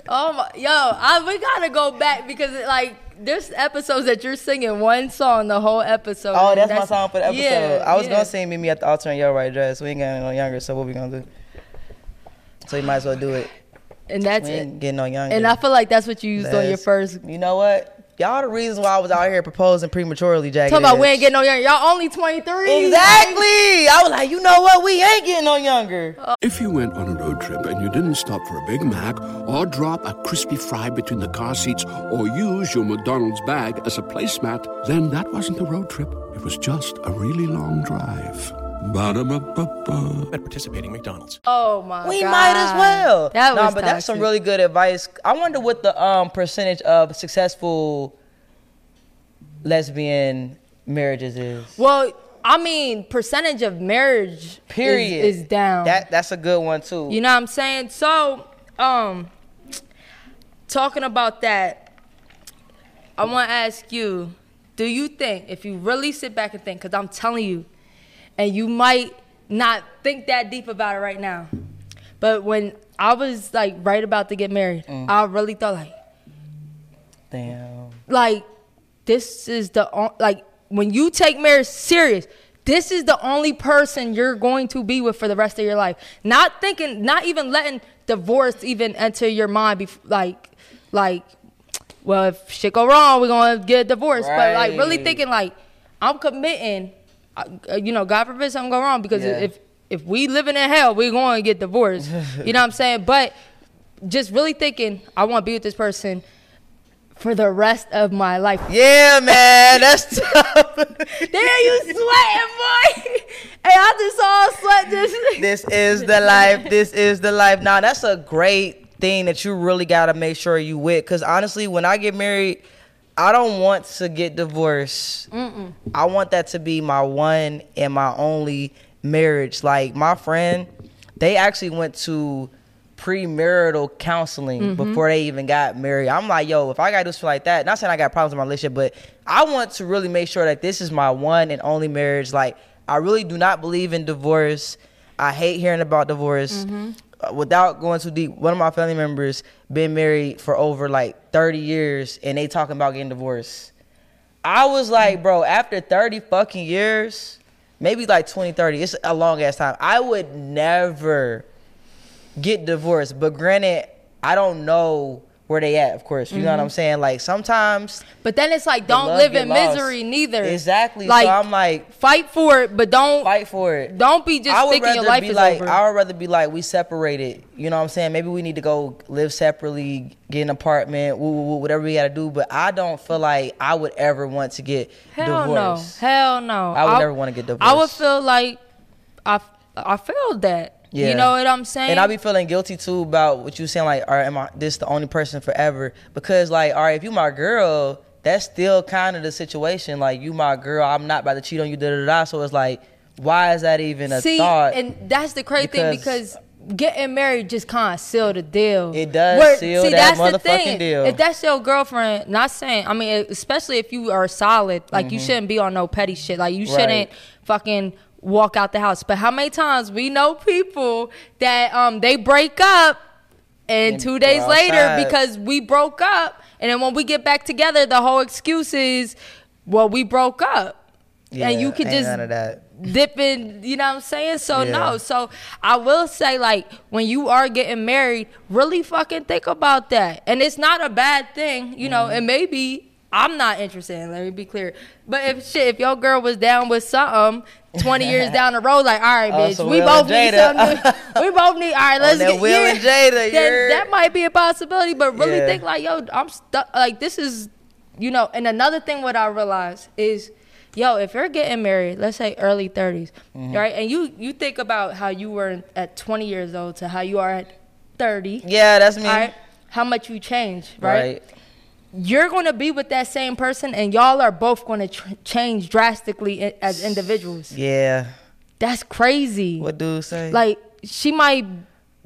Speaker 3: oh my, yo, I, we gotta go back because like there's episodes that you're singing one song the whole episode.
Speaker 2: Oh,
Speaker 3: and
Speaker 2: that's, my song for the episode.
Speaker 3: yeah,
Speaker 2: I was
Speaker 3: yeah.
Speaker 2: gonna sing "Meet Me at the Altar in Your White Dress." We ain't getting no younger, so what we gonna do? So you might as well do it.
Speaker 3: and that's
Speaker 2: We
Speaker 3: it.
Speaker 2: ain't getting no younger.
Speaker 3: And I feel like that's what you used on your
Speaker 2: That's-
Speaker 3: first.
Speaker 2: You know what? Y'all the reasons why I was out here proposing prematurely, Jackie.
Speaker 3: Talk about we ain't getting no younger. Y'all only 23.
Speaker 2: Exactly. I was like, you know what? We ain't getting no younger.
Speaker 3: Oh,
Speaker 4: If you went on a road trip and you didn't stop for a Big Mac or drop a crispy fry between the car seats or use your McDonald's bag as a placemat, then that wasn't a road trip. It was just a really long drive. Ba-da-ba-ba-ba.
Speaker 5: at participating McDonald's.
Speaker 3: Oh my
Speaker 2: we
Speaker 3: God.
Speaker 2: might as well.
Speaker 3: That
Speaker 2: Nah,
Speaker 3: was
Speaker 2: but that's some
Speaker 3: toxic.
Speaker 2: really good advice. I wonder what the um, percentage of successful lesbian marriages is.
Speaker 3: Well, I mean, percentage of marriage is-
Speaker 2: Period.
Speaker 3: is, down.
Speaker 2: That that's a good one too.
Speaker 3: You know what I'm saying? So, um, talking about that, I want to ask you: Do you think, if you really sit back and think, because I'm telling you, and you might not think that deep about it right now, but when I was like right about to get married, I really thought like,
Speaker 2: Damn.
Speaker 3: like this is the on- like when you take marriage serious this is the only person you're going to be with for the rest of your life not thinking not even letting divorce even enter your mind bef- like like well if shit go wrong we're gonna get a divorce but like really
Speaker 2: Right.
Speaker 3: thinking like i'm committing uh, you know god forbid something go wrong because
Speaker 2: Yeah.
Speaker 3: if if we living in hell we're going to get
Speaker 2: <laughs>
Speaker 3: divorced you know what i'm saying but just really thinking i want to be with this person for the rest of
Speaker 2: <laughs>
Speaker 3: my life.
Speaker 2: Yeah, man, that's <laughs> tough.
Speaker 3: There you sweating, boy. <laughs> hey, I just all
Speaker 2: <laughs>
Speaker 3: sweat just.
Speaker 2: this is the life. This is the life. Now that's a great thing that you really gotta make sure you with. Cause honestly, when I get married, I don't want to get divorced. I want that to be my one and my only marriage. Like my friend, they actually went to premarital counseling before they even got married. I'm like, yo, if I gotta do something like that, not saying I got problems in my relationship, but I want to really make sure that this is my one and only marriage. Like, I really do not believe in divorce. I hate hearing about divorce. Uh, Without going too deep, one of my family members been married for over like 30 years, and they talking about getting divorced. I was like, bro, after 30 fucking years, maybe like 20, 30, it's a long ass time. I would never get divorced. But granted, I don't know where they at, of course. You know what I'm saying? Like sometimes
Speaker 3: But then it's like,
Speaker 2: the
Speaker 3: Mm-hmm. don't
Speaker 2: love
Speaker 3: live
Speaker 2: get
Speaker 3: in
Speaker 2: lost.
Speaker 3: misery neither.
Speaker 2: Exactly.
Speaker 3: Like,
Speaker 2: so I'm like,
Speaker 3: fight for it, but don't
Speaker 2: fight for it.
Speaker 3: don't be just thinking your life
Speaker 2: be
Speaker 3: is
Speaker 2: like
Speaker 3: over.
Speaker 2: I would rather be like we separated. You know what I'm saying? Maybe we need to go live separately, get an apartment, woo, woo, woo, whatever we got to do. But I don't feel like I would ever want to get
Speaker 3: Hell
Speaker 2: divorced.
Speaker 3: no. Hell no.
Speaker 2: I would never wanna get
Speaker 3: I would
Speaker 2: divorced.
Speaker 3: feel like I I feel that. You know what I'm saying?
Speaker 2: And I be feeling guilty too about what you saying, like, all right, am I this the only person forever? Because like, all right, if you my girl, that's still kind of the situation. Like, you my girl, I'm not about to cheat on you, da da da. So it's like, why is that even a
Speaker 3: See,
Speaker 2: thought?
Speaker 3: and that's the crazy thing
Speaker 2: because-
Speaker 3: because getting married just kind of seal the deal.
Speaker 2: It does seal that motherfucking deal.
Speaker 3: If that's your girlfriend, not saying, I mean, especially if you are solid, like you shouldn't be on no petty shit. Like you
Speaker 2: Mm-hmm. Right.
Speaker 3: shouldn't fucking walk out the house. But how many times we know people that um they break up and,
Speaker 2: And
Speaker 3: two days
Speaker 2: go
Speaker 3: later
Speaker 2: outside.
Speaker 3: because we broke up, and then when we get back together, the whole excuse is, well, we broke up. and
Speaker 2: Yeah,
Speaker 3: you could
Speaker 2: ain't
Speaker 3: just
Speaker 2: none of that.
Speaker 3: dipping, you know what I'm saying? So
Speaker 2: Yeah.
Speaker 3: no. So I will say like when you are getting married, really fucking think about that. And it's not a bad thing, you
Speaker 2: Mm-hmm.
Speaker 3: know, and maybe I'm not interested in, let me be clear. But if shit, if your girl was down with something 20
Speaker 2: <laughs>
Speaker 3: years down the road, like, all right,
Speaker 2: Oh,
Speaker 3: bitch,
Speaker 2: so
Speaker 3: we
Speaker 2: Will and
Speaker 3: both need
Speaker 2: Jada.
Speaker 3: something. we both need, all
Speaker 2: <laughs>
Speaker 3: right, let's
Speaker 2: that
Speaker 3: get
Speaker 2: Will and
Speaker 3: yeah.
Speaker 2: Jada, you're-
Speaker 3: Then, that might be a possibility, but really
Speaker 2: Yeah.
Speaker 3: think like, yo, I'm stuck. Like, this is, you know, and another thing what I realized is, yo, if you're getting married, let's say early 30s,
Speaker 2: Mm-hmm.
Speaker 3: right? And you you think about how you were at 20 years old to how you are at 30,
Speaker 2: yeah, that's me.
Speaker 3: all right? How much you change, right?
Speaker 2: Right.
Speaker 3: You're going to be with that same person, and y'all are both going to tr- change drastically i- as individuals.
Speaker 2: Yeah.
Speaker 3: That's crazy.
Speaker 2: What dude say?
Speaker 3: Like she might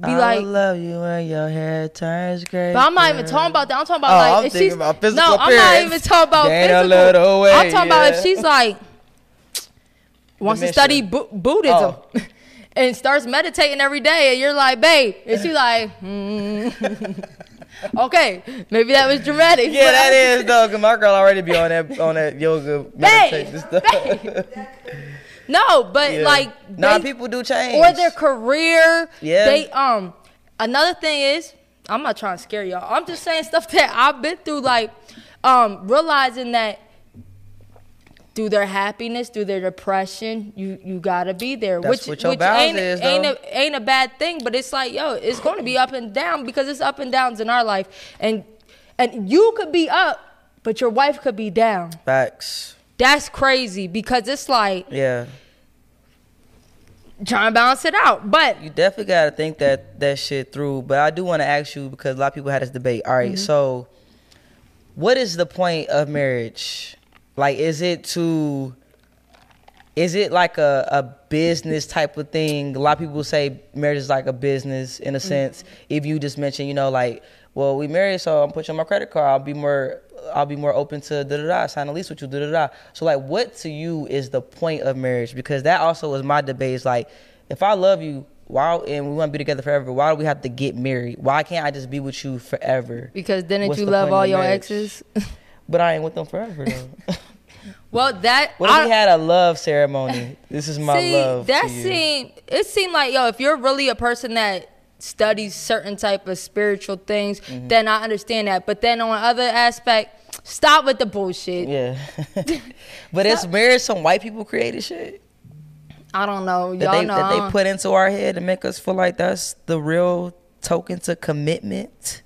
Speaker 3: be like.
Speaker 2: I love you when your hair turns gray.
Speaker 3: But I'm not even talking about that. I'm talking about
Speaker 2: Oh,
Speaker 3: like
Speaker 2: I'm
Speaker 3: if
Speaker 2: thinking
Speaker 3: she's
Speaker 2: about physical
Speaker 3: no. I'm not
Speaker 2: appearance.
Speaker 3: even talking about
Speaker 2: Gain a
Speaker 3: physical.
Speaker 2: little weight,
Speaker 3: I'm talking about
Speaker 2: yeah.
Speaker 3: if she's like wants
Speaker 2: Dimension.
Speaker 3: to study Bu- Buddhism.
Speaker 2: Oh.
Speaker 3: <laughs> And starts meditating every day, and you're like, babe, and she's like, hmm. <laughs> okay, maybe that was dramatic.
Speaker 2: Yeah,
Speaker 3: but-
Speaker 2: that
Speaker 3: <laughs>
Speaker 2: is though. Cause my girl already be on that on that yoga meditation stuff.
Speaker 3: <laughs> No, but
Speaker 2: <laughs> Yeah.
Speaker 3: like,
Speaker 2: nah,
Speaker 3: they-
Speaker 2: people do change.
Speaker 3: or their career.
Speaker 2: Yeah.
Speaker 3: They um another thing is I'm not trying to scare y'all. I'm just saying stuff <laughs> that I've been through, like um realizing that through their happiness, through their depression, you you gotta be there,
Speaker 2: That's
Speaker 3: which
Speaker 2: what your
Speaker 3: which
Speaker 2: balance
Speaker 3: ain't
Speaker 2: is,
Speaker 3: ain't
Speaker 2: though.
Speaker 3: a, ain't a bad thing. But it's like yo, it's gonna be up and down because it's up and downs in our life, and and you could be up, but your wife could be down.
Speaker 2: facts.
Speaker 3: That's crazy because it's like
Speaker 2: Yeah,
Speaker 3: trying to balance it out, but
Speaker 2: you definitely gotta think that that shit through. But I do want to ask you because a lot of people had this debate. All right, so what is the point of marriage? Like, is it to is it like a, a business type of thing? A lot of people say marriage is like a business in a
Speaker 3: Mm-hmm.
Speaker 2: sense. If you just mention, you know, like, well, we married, so I'm pushing my credit card. I'll be more, I'll be more open to da da da. Sign a lease with you, da da da. So like, what to you is the point of marriage? Because that also was my debate. Is like, if I love you, why and we want to be together forever? Why do we have to get married? Why can't I just be with you forever?
Speaker 3: Because didn't
Speaker 2: What's
Speaker 3: you
Speaker 2: the
Speaker 3: love
Speaker 2: point
Speaker 3: all
Speaker 2: of
Speaker 3: your
Speaker 2: marriage?
Speaker 3: exes?
Speaker 2: <laughs> But I ain't with them forever
Speaker 3: <laughs>
Speaker 2: though.
Speaker 3: well, that
Speaker 2: what if we had a love ceremony? This is my
Speaker 3: see
Speaker 2: love.
Speaker 3: that
Speaker 2: to you.
Speaker 3: seemed it seemed like yo, if you're really a person that studies certain type of spiritual things,
Speaker 2: Mm-hmm.
Speaker 3: then I understand that. But then on other aspect, stop with the bullshit.
Speaker 2: Yeah. <laughs> but it's marriage some white people created shit
Speaker 3: I don't know,
Speaker 2: that
Speaker 3: y'all
Speaker 2: they
Speaker 3: know.
Speaker 2: that
Speaker 3: I
Speaker 2: they
Speaker 3: don't-
Speaker 2: put into our head to make us feel like that's the real token to commitment.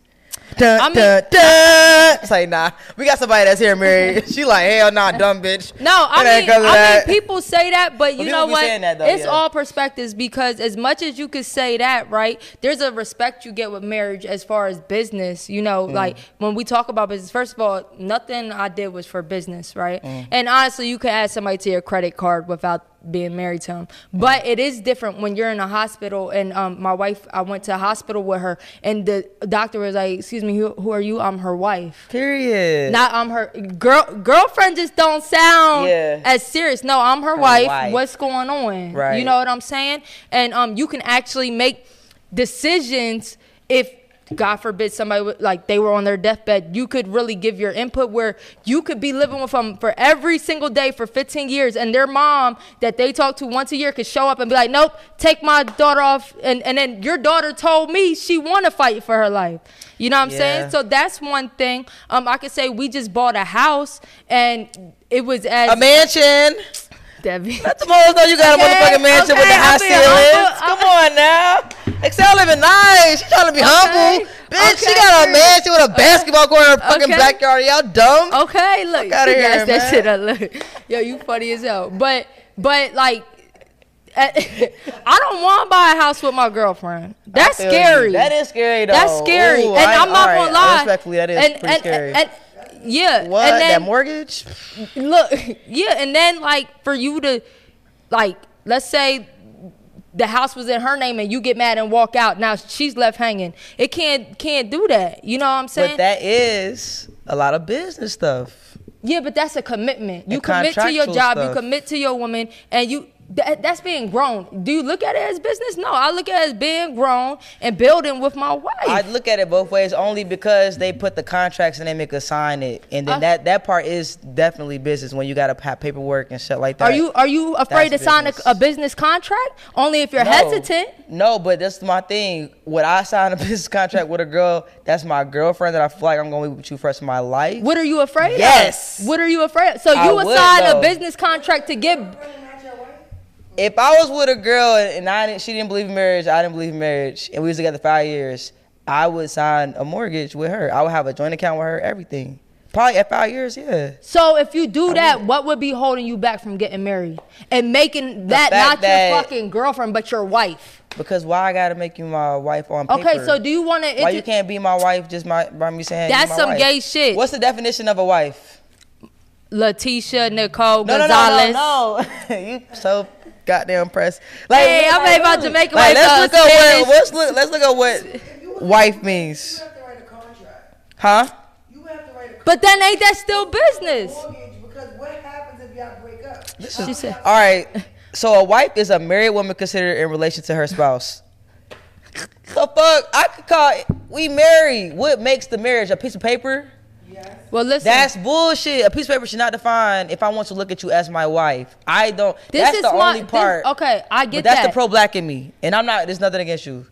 Speaker 2: Dun,
Speaker 3: I mean-
Speaker 2: dun,
Speaker 3: <laughs>
Speaker 2: dun. It's like nah, we got somebody that's here married. <laughs> she like hell nah, dumb bitch. <laughs>
Speaker 3: No, I
Speaker 2: It ain't
Speaker 3: mean,
Speaker 2: 'cause of
Speaker 3: I
Speaker 2: that.
Speaker 3: mean, people say that, but you
Speaker 2: But people
Speaker 3: know
Speaker 2: be
Speaker 3: what?
Speaker 2: saying that, though,
Speaker 3: it's
Speaker 2: yeah.
Speaker 3: all perspectives because as much as you could say that, right? There's a respect you get with marriage as far as business. You
Speaker 2: Mm.
Speaker 3: know, like when we talk about business, first of all, nothing I did was for business, right?
Speaker 2: Mm.
Speaker 3: And honestly, you could add somebody to your credit card without being married to them. But
Speaker 2: Mm.
Speaker 3: it is different when you're in a hospital. And um, my wife, I went to a hospital with her, and the doctor was like, "Excuse me, who, who are you? I'm her wife."
Speaker 2: Period.
Speaker 3: Not I'm her girl. Girlfriend just don't sound
Speaker 2: Yeah.
Speaker 3: as serious. No, I'm her, wife.
Speaker 2: wife.
Speaker 3: What's going on?
Speaker 2: Right.
Speaker 3: You know what I'm saying? And um, you can actually make decisions if. God forbid somebody would- like they were on their deathbed. You could really give your input where you could be living with them for every single day for 15 years, and their mom that they talk to once a year could show up and be like, "Nope, take my daughter off," and and then your daughter told me she want to fight for her life. You know what I'm saying?
Speaker 2: Yeah.
Speaker 3: So that's one thing. Um, I could say we just bought a house and it was as
Speaker 2: a mansion.
Speaker 3: Debbie. <laughs>
Speaker 2: Let them hoes know you got a
Speaker 3: Okay,
Speaker 2: motherfucking mansion with the
Speaker 3: okay,
Speaker 2: high
Speaker 3: I'll be a
Speaker 2: ceilings.
Speaker 3: humble-
Speaker 2: Come on now. Excel living nice. She trying to be humble. Bitch, she
Speaker 3: okay,
Speaker 2: got a
Speaker 3: period.
Speaker 2: mansion with a basketball court in her fucking
Speaker 3: Okay.
Speaker 2: backyard. Y'all dumb?
Speaker 3: Okay, look,
Speaker 2: outta
Speaker 3: she
Speaker 2: here, man.
Speaker 3: gassed that shit up. Look, yo, you funny as hell. But but like, <laughs> I don't want to buy a house with my girlfriend. That's
Speaker 2: feel
Speaker 3: scary.
Speaker 2: you. That is scary, though.
Speaker 3: That's scary,
Speaker 2: Ooh,
Speaker 3: and
Speaker 2: I-
Speaker 3: I, am not
Speaker 2: all right,
Speaker 3: gonna lie.
Speaker 2: respectfully, that is
Speaker 3: and,
Speaker 2: pretty
Speaker 3: and-
Speaker 2: scary.
Speaker 3: and- yeah,
Speaker 2: What?
Speaker 3: and then
Speaker 2: that mortgage?
Speaker 3: look, <laughs> yeah, and then like for you to, like, let's say the house was in her name and you get mad and walk out. Now she's left hanging. It can't can't do that. You know what I'm saying?
Speaker 2: But that is a lot of business stuff.
Speaker 3: yeah, but that's a commitment. You
Speaker 2: And
Speaker 3: commit to your
Speaker 2: contractual
Speaker 3: job.
Speaker 2: stuff.
Speaker 3: You commit to your woman, and you. That, that's being grown. Do you look at it as business? No, I look at it as being grown and building with my wife.
Speaker 2: I look at it both ways only because they put the contracts and they make us sign it. And then
Speaker 3: Uh,
Speaker 2: that, that part is definitely business when you got to have paperwork and shit like that.
Speaker 3: are you are you afraid to
Speaker 2: That's
Speaker 3: sign a,
Speaker 2: business.
Speaker 3: a business contract? Only if you're
Speaker 2: No.
Speaker 3: hesitant.
Speaker 2: No, but that's my thing. When I sign a <laughs> business contract with a girl, that's my girlfriend that I feel like I'm gonna be with you for the rest of my life.
Speaker 3: What are you afraid of?
Speaker 2: Yes.
Speaker 3: What are you afraid of? So
Speaker 2: I
Speaker 3: you
Speaker 2: would,
Speaker 3: would sign
Speaker 2: though.
Speaker 3: a business contract to get.
Speaker 2: If I was with a girl and I didn't, she didn't believe in marriage, I didn't believe in marriage, and we was together five years, I would sign a mortgage with her. I would have a joint account with her, everything. Probably at five years, yeah.
Speaker 3: So if you do that, what would be holding you back from getting married and making that
Speaker 2: fact
Speaker 3: not your
Speaker 2: that-
Speaker 3: fucking girlfriend but your wife?
Speaker 2: Because why I gotta make you my wife on paper?
Speaker 3: Okay, so do you want to?
Speaker 2: why you can't be my wife just by, by me saying you
Speaker 3: That's
Speaker 2: my
Speaker 3: some
Speaker 2: wife?
Speaker 3: gay shit.
Speaker 2: What's the definition of a wife?
Speaker 3: Letitia Nicole
Speaker 2: No, no,
Speaker 3: Gonzalez.
Speaker 2: no, no, no. <laughs> you so goddamn press. Like,
Speaker 3: Hey, I made my Jamaican
Speaker 2: like,
Speaker 3: wife a
Speaker 2: let's look up
Speaker 3: Spanish-
Speaker 2: what let's look let's look at what wife means.
Speaker 5: have to write a contract.
Speaker 2: Huh?
Speaker 5: You have to write a
Speaker 3: But then ain't that still business?
Speaker 5: mortgage because what happens if y'all break up?
Speaker 3: She said,
Speaker 2: All right. So a wife is a married woman considered in relation to her spouse. the fuck? I could call it- we married. What makes the marriage? A piece of paper?
Speaker 3: "Well, listen,
Speaker 2: That's bullshit. A piece of paper should not define if I want to look at you as my wife. I don't.
Speaker 3: This
Speaker 2: that's
Speaker 3: is
Speaker 2: the
Speaker 3: why-
Speaker 2: only
Speaker 3: this-
Speaker 2: part.
Speaker 3: okay, I
Speaker 2: But
Speaker 3: get
Speaker 2: that's the
Speaker 3: that.
Speaker 2: pro black in me, and I'm not. There's nothing against you.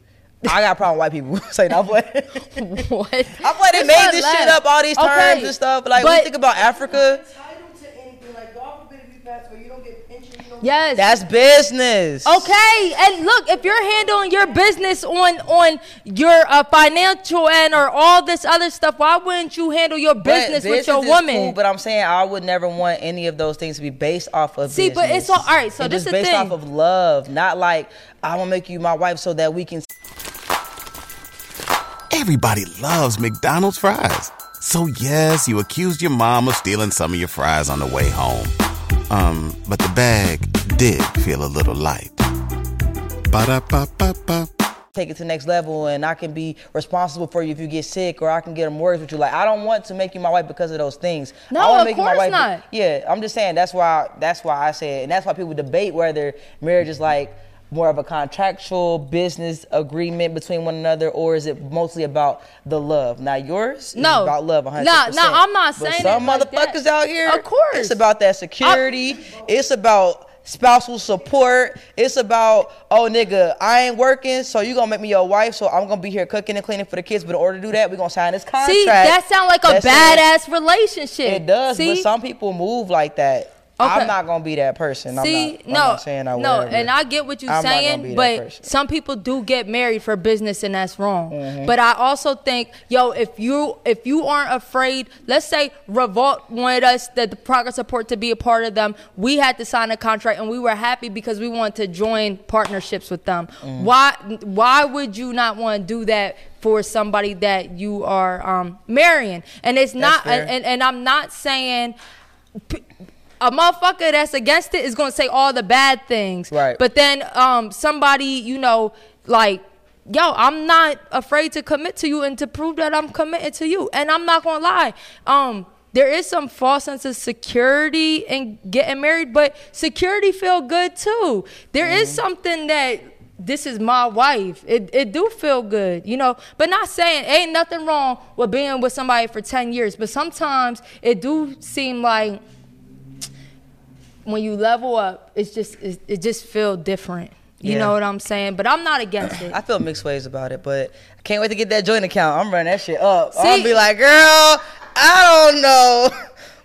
Speaker 2: I got a problem with white people. <laughs> Say no, I'm playing.
Speaker 3: <laughs> what?
Speaker 2: I'm playing. They
Speaker 3: It's
Speaker 2: made
Speaker 3: not
Speaker 2: this
Speaker 3: love.
Speaker 2: shit up. All these terms
Speaker 3: Okay,
Speaker 2: and stuff. Like when
Speaker 3: but
Speaker 2: you think about Africa,
Speaker 5: Entitled to anything like God forbid if you pass away, you don't get pension. You don't
Speaker 3: yes,
Speaker 2: that's business.
Speaker 3: Okay, and look, if you're handling your business on on your uh, financial end or all this other stuff, why wouldn't you handle your
Speaker 2: But
Speaker 3: business with your
Speaker 2: is
Speaker 3: woman?
Speaker 2: cool, but I'm saying I would never want any of those things to be based off of.
Speaker 3: See, but
Speaker 2: business.
Speaker 3: it's all- all right, so
Speaker 2: And
Speaker 3: this
Speaker 2: just
Speaker 3: the
Speaker 2: based
Speaker 3: thing.
Speaker 2: off of love, not like I'm gonna make you my wife so that we can.
Speaker 1: Everybody loves McDonald's fries. So yes, you accused your mom of stealing some of your fries on the way home. Um, but the bag did feel a little light. Ba-da-ba-ba-ba.
Speaker 2: take it to the next level and I can be responsible for you if you get sick or I can get a mortgage with you. Like I don't want to make you my wife because of those things.
Speaker 3: No,
Speaker 2: I wanna
Speaker 3: of
Speaker 2: make you my
Speaker 3: course
Speaker 2: wife-
Speaker 3: not.
Speaker 2: Yeah, I'm just saying that's why that's why I said and that's why people debate whether marriage is like more of a contractual business agreement between one another or is it mostly about the love? Now yours is
Speaker 3: No.
Speaker 2: about love 100%.
Speaker 3: Nah, nah, I'm not
Speaker 2: But
Speaker 3: saying
Speaker 2: some
Speaker 3: it like that.
Speaker 2: motherfuckers out here
Speaker 3: Of course.
Speaker 2: it's about that security. it's about spousal support. It's about, oh nigga, I ain't working, so you gonna make me your wife, so I'm gonna be here cooking and cleaning for the kids. But in order to do that, we gonna sign this contract.
Speaker 3: See, that sound like a
Speaker 2: That's it.
Speaker 3: badass relationship.
Speaker 2: It does,
Speaker 3: See?
Speaker 2: but some people move like that.
Speaker 3: Okay.
Speaker 2: I'm not gonna be that person. I'm
Speaker 3: See,
Speaker 2: not- I'm
Speaker 3: no,
Speaker 2: not saying I
Speaker 3: no,
Speaker 2: would ever.
Speaker 3: and I get what you're
Speaker 2: I'm not gonna be
Speaker 3: saying,
Speaker 2: that
Speaker 3: but
Speaker 2: person.
Speaker 3: some people do get married for business, and that's wrong.
Speaker 2: Mm-hmm.
Speaker 3: But I also think, yo, if you if you aren't afraid, let's say Revolt wanted us that the progress support to be a part of them, we had to sign a contract, and we were happy because we wanted to join partnerships with them.
Speaker 2: Mm.
Speaker 3: Why why would you not want to do that? For somebody that you are um, marrying, and it's not,
Speaker 2: fair.
Speaker 3: and, and and I'm not saying a motherfucker that's against it is gonna say all the bad things.
Speaker 2: Right.
Speaker 3: But then um somebody, you know, like, yo, I'm not afraid to commit to you and to prove that I'm committed to you. And I'm not gonna lie. Um there is some false sense of security in getting married, but security feel good too. There is something that this is my wife. It it do feel good, you know. But not saying ain't nothing wrong with being with somebody for ten years, but sometimes it do seem like when you level up, it's just it, it just feel different. You
Speaker 2: Yeah.
Speaker 3: know what I'm saying? But I'm not against it.
Speaker 2: I feel mixed ways about it, but I can't wait to get that joint account. I'm running that shit up. I'm
Speaker 3: See-
Speaker 2: gonna be like, girl, I don't know <laughs>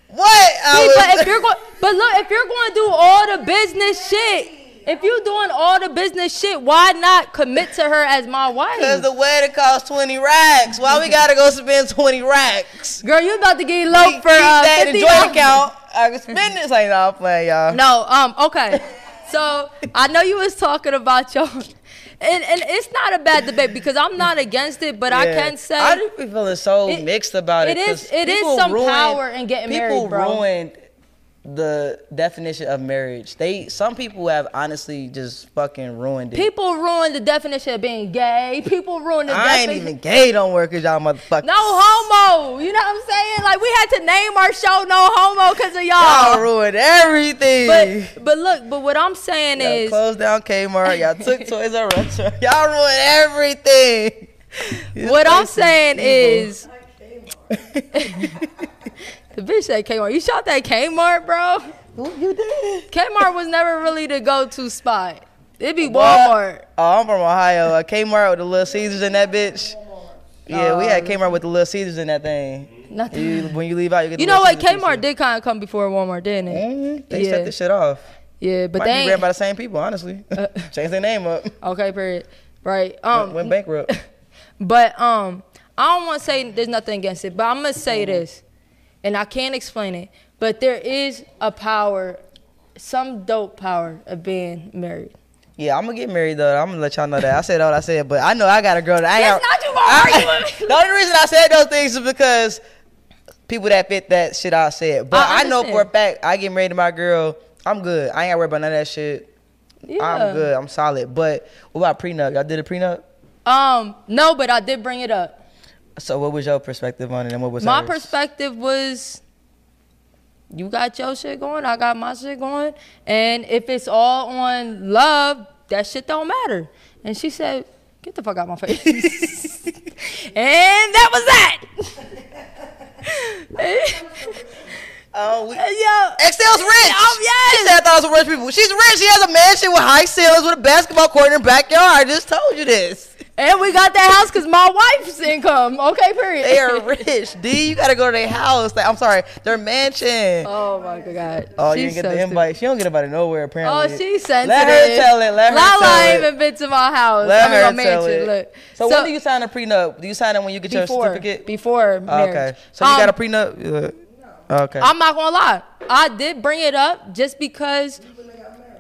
Speaker 2: what I
Speaker 3: See,
Speaker 2: was.
Speaker 3: but if you're going, but look, if you're going to do all the business shit, if you're doing all the business shit, why not commit to her as my
Speaker 2: Cause
Speaker 3: wife?
Speaker 2: the wedding costs twenty racks. Why we gotta go spend twenty racks?
Speaker 3: Girl, you about to get
Speaker 2: Keep-
Speaker 3: eloped
Speaker 2: keep
Speaker 3: for uh,
Speaker 2: that in
Speaker 3: fifty
Speaker 2: joint account. I can spend this. Like, nah, I'm playing, y'all.
Speaker 3: No, um, okay. So I know you was talking about your, and and it's not a bad debate because I'm not against it, but I
Speaker 2: Yeah.
Speaker 3: can say
Speaker 2: I just be feeling so
Speaker 3: It-
Speaker 2: mixed about it.
Speaker 3: it is-
Speaker 2: 'cause
Speaker 3: it is
Speaker 2: people
Speaker 3: some power in getting
Speaker 2: people
Speaker 3: married, bro.
Speaker 2: ruined the definition of marriage. They some people have honestly just fucking ruined it.
Speaker 3: people ruin the definition of being gay. People ruin the
Speaker 2: I
Speaker 3: definition.
Speaker 2: ain't even gay. Don't work as y'all motherfuckers.
Speaker 3: No homo. You know what I'm saying? Like we had to name our show no homo because of
Speaker 2: Y'all
Speaker 3: y'all.
Speaker 2: ruined everything.
Speaker 3: But but look, but what I'm saying
Speaker 2: Y'all
Speaker 3: is
Speaker 2: closed down Kmart. Y'all
Speaker 3: <laughs>
Speaker 2: took Toys R Us. Y'all ruined everything.
Speaker 3: what I'm saying is the bitch at Kmart. You shot that Kmart, bro.
Speaker 2: Ooh, you did.
Speaker 3: Kmart was never really the go-to spot. It'd be
Speaker 2: What?
Speaker 3: Walmart.
Speaker 2: Oh, I'm from Ohio. I Kmart with the Little Caesars in that bitch. Yeah, we
Speaker 3: Um,
Speaker 2: had Kmart with the Little Caesars in that thing.
Speaker 3: Nothing.
Speaker 2: You, when you leave out, you get. the
Speaker 3: You know what?
Speaker 2: Little Caesars
Speaker 3: Kmart did kind of come before Walmart, didn't it?
Speaker 2: pizza. Mhm, They
Speaker 3: Yeah.
Speaker 2: shut this shit off.
Speaker 3: Yeah, but
Speaker 2: Might
Speaker 3: they
Speaker 2: be ran
Speaker 3: ain't-
Speaker 2: by the same people,
Speaker 3: <laughs>
Speaker 2: honestly. <laughs> Change their name up.
Speaker 3: okay, period. Right. Um,
Speaker 2: Went
Speaker 3: <laughs>
Speaker 2: bankrupt.
Speaker 3: But um, I don't want to say there's nothing against it, but I'm gonna say this, and I can't explain it, but there is a power, some dope power of being married.
Speaker 2: Yeah, I'm gonna get married though. I'm gonna let y'all know that. I said all I said, but I know I got a girl that I
Speaker 3: That's
Speaker 2: ain't.
Speaker 3: not you gonna
Speaker 2: I- <laughs>
Speaker 3: argue with me.
Speaker 2: The only reason I said those things is because people that fit that shit I said. But
Speaker 3: I
Speaker 2: I, know for a
Speaker 3: understand.
Speaker 2: fact I get married to my girl. I'm good. I ain't gotta worry about none of that shit.
Speaker 3: Yeah.
Speaker 2: I'm good. I'm solid. But what about prenup? Y'all did a prenup?
Speaker 3: Um, no, but I did bring it up.
Speaker 2: So what was your perspective on it, and what was
Speaker 3: My
Speaker 2: hers?
Speaker 3: perspective was you got your shit going, I got my shit going, and if it's all on love, that shit don't matter. And she said, Get the fuck out my face. <laughs> and that was that.
Speaker 2: <laughs> Oh, we,
Speaker 3: Yo,
Speaker 2: Excel's rich.
Speaker 3: Oh, yes.
Speaker 2: She said I thought it was rich people. She's rich. She has a mansion with high ceilings with a basketball court in her backyard. I just told you this.
Speaker 3: and we got that house because my wife's income. Okay, period.
Speaker 2: They are <laughs> rich. D, you gotta go to their house. Like, I'm sorry, their mansion. Oh,
Speaker 3: <laughs> Oh my god.
Speaker 2: you
Speaker 3: She's
Speaker 2: didn't get
Speaker 3: so
Speaker 2: the invite. She don't get invited nowhere
Speaker 3: Oh,
Speaker 2: apparently.
Speaker 3: she's sensitive.
Speaker 2: Let her tell it. Let her
Speaker 3: Lala
Speaker 2: tell
Speaker 3: ain't even
Speaker 2: it.
Speaker 3: been to my house.
Speaker 2: Let
Speaker 3: I mean,
Speaker 2: her
Speaker 3: my
Speaker 2: tell
Speaker 3: mansion.
Speaker 2: it.
Speaker 3: Look.
Speaker 2: So, when do you sign a prenup? Do you sign it when you get
Speaker 3: before,
Speaker 2: your certificate? Oh,
Speaker 3: Before marriage.
Speaker 2: Okay. So you
Speaker 3: Um,
Speaker 2: got a prenup? Uh, okay.
Speaker 3: I'm not gonna lie. I did bring it up just because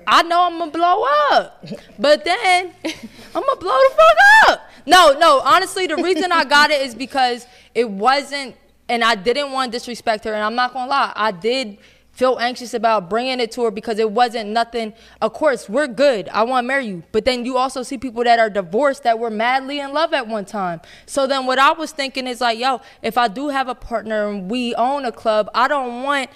Speaker 3: I know I'm gonna blow up. But then I'm gonna blow the fuck up. No, no. Honestly, the reason I got it is because it wasn't, and I didn't want to disrespect her. And I'm not gonna lie. I did feel anxious about bringing it to her because it wasn't nothing. Of course, we're good. I want to marry you. But then you also see people that are divorced that were madly in love at one time. So then what I was thinking is like, yo, if I do have a partner and we own a club, I don't want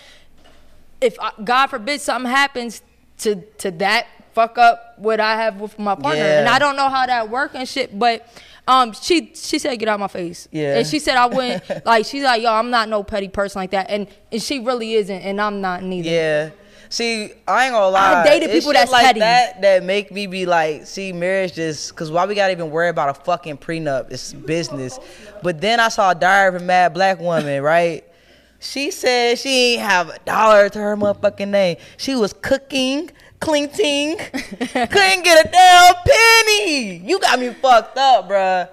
Speaker 3: if I, God forbid something happens to to that fuck up what I have with my partner,
Speaker 2: Yeah.
Speaker 3: and I don't know how that work and shit, but. Um, she she said get out of my face.
Speaker 2: Yeah.
Speaker 3: And she said
Speaker 2: <laughs>
Speaker 3: I wouldn't like she's like, yo, I'm not no petty person like that. And and she really isn't, and I'm not neither.
Speaker 2: Yeah. See, I ain't gonna lie.
Speaker 3: I dated
Speaker 2: It's
Speaker 3: people
Speaker 2: shit
Speaker 3: that's
Speaker 2: like
Speaker 3: petty.
Speaker 2: that that make me be like, see, marriage just cause why we gotta even worry about a fucking prenup? It's business. But then I saw a diary of a mad black woman, right? She said she ain't have a dollar to her motherfucking name. She was cooking,
Speaker 3: <laughs>
Speaker 2: clinking, couldn't get a damn penny. You got me fucked up, bruh.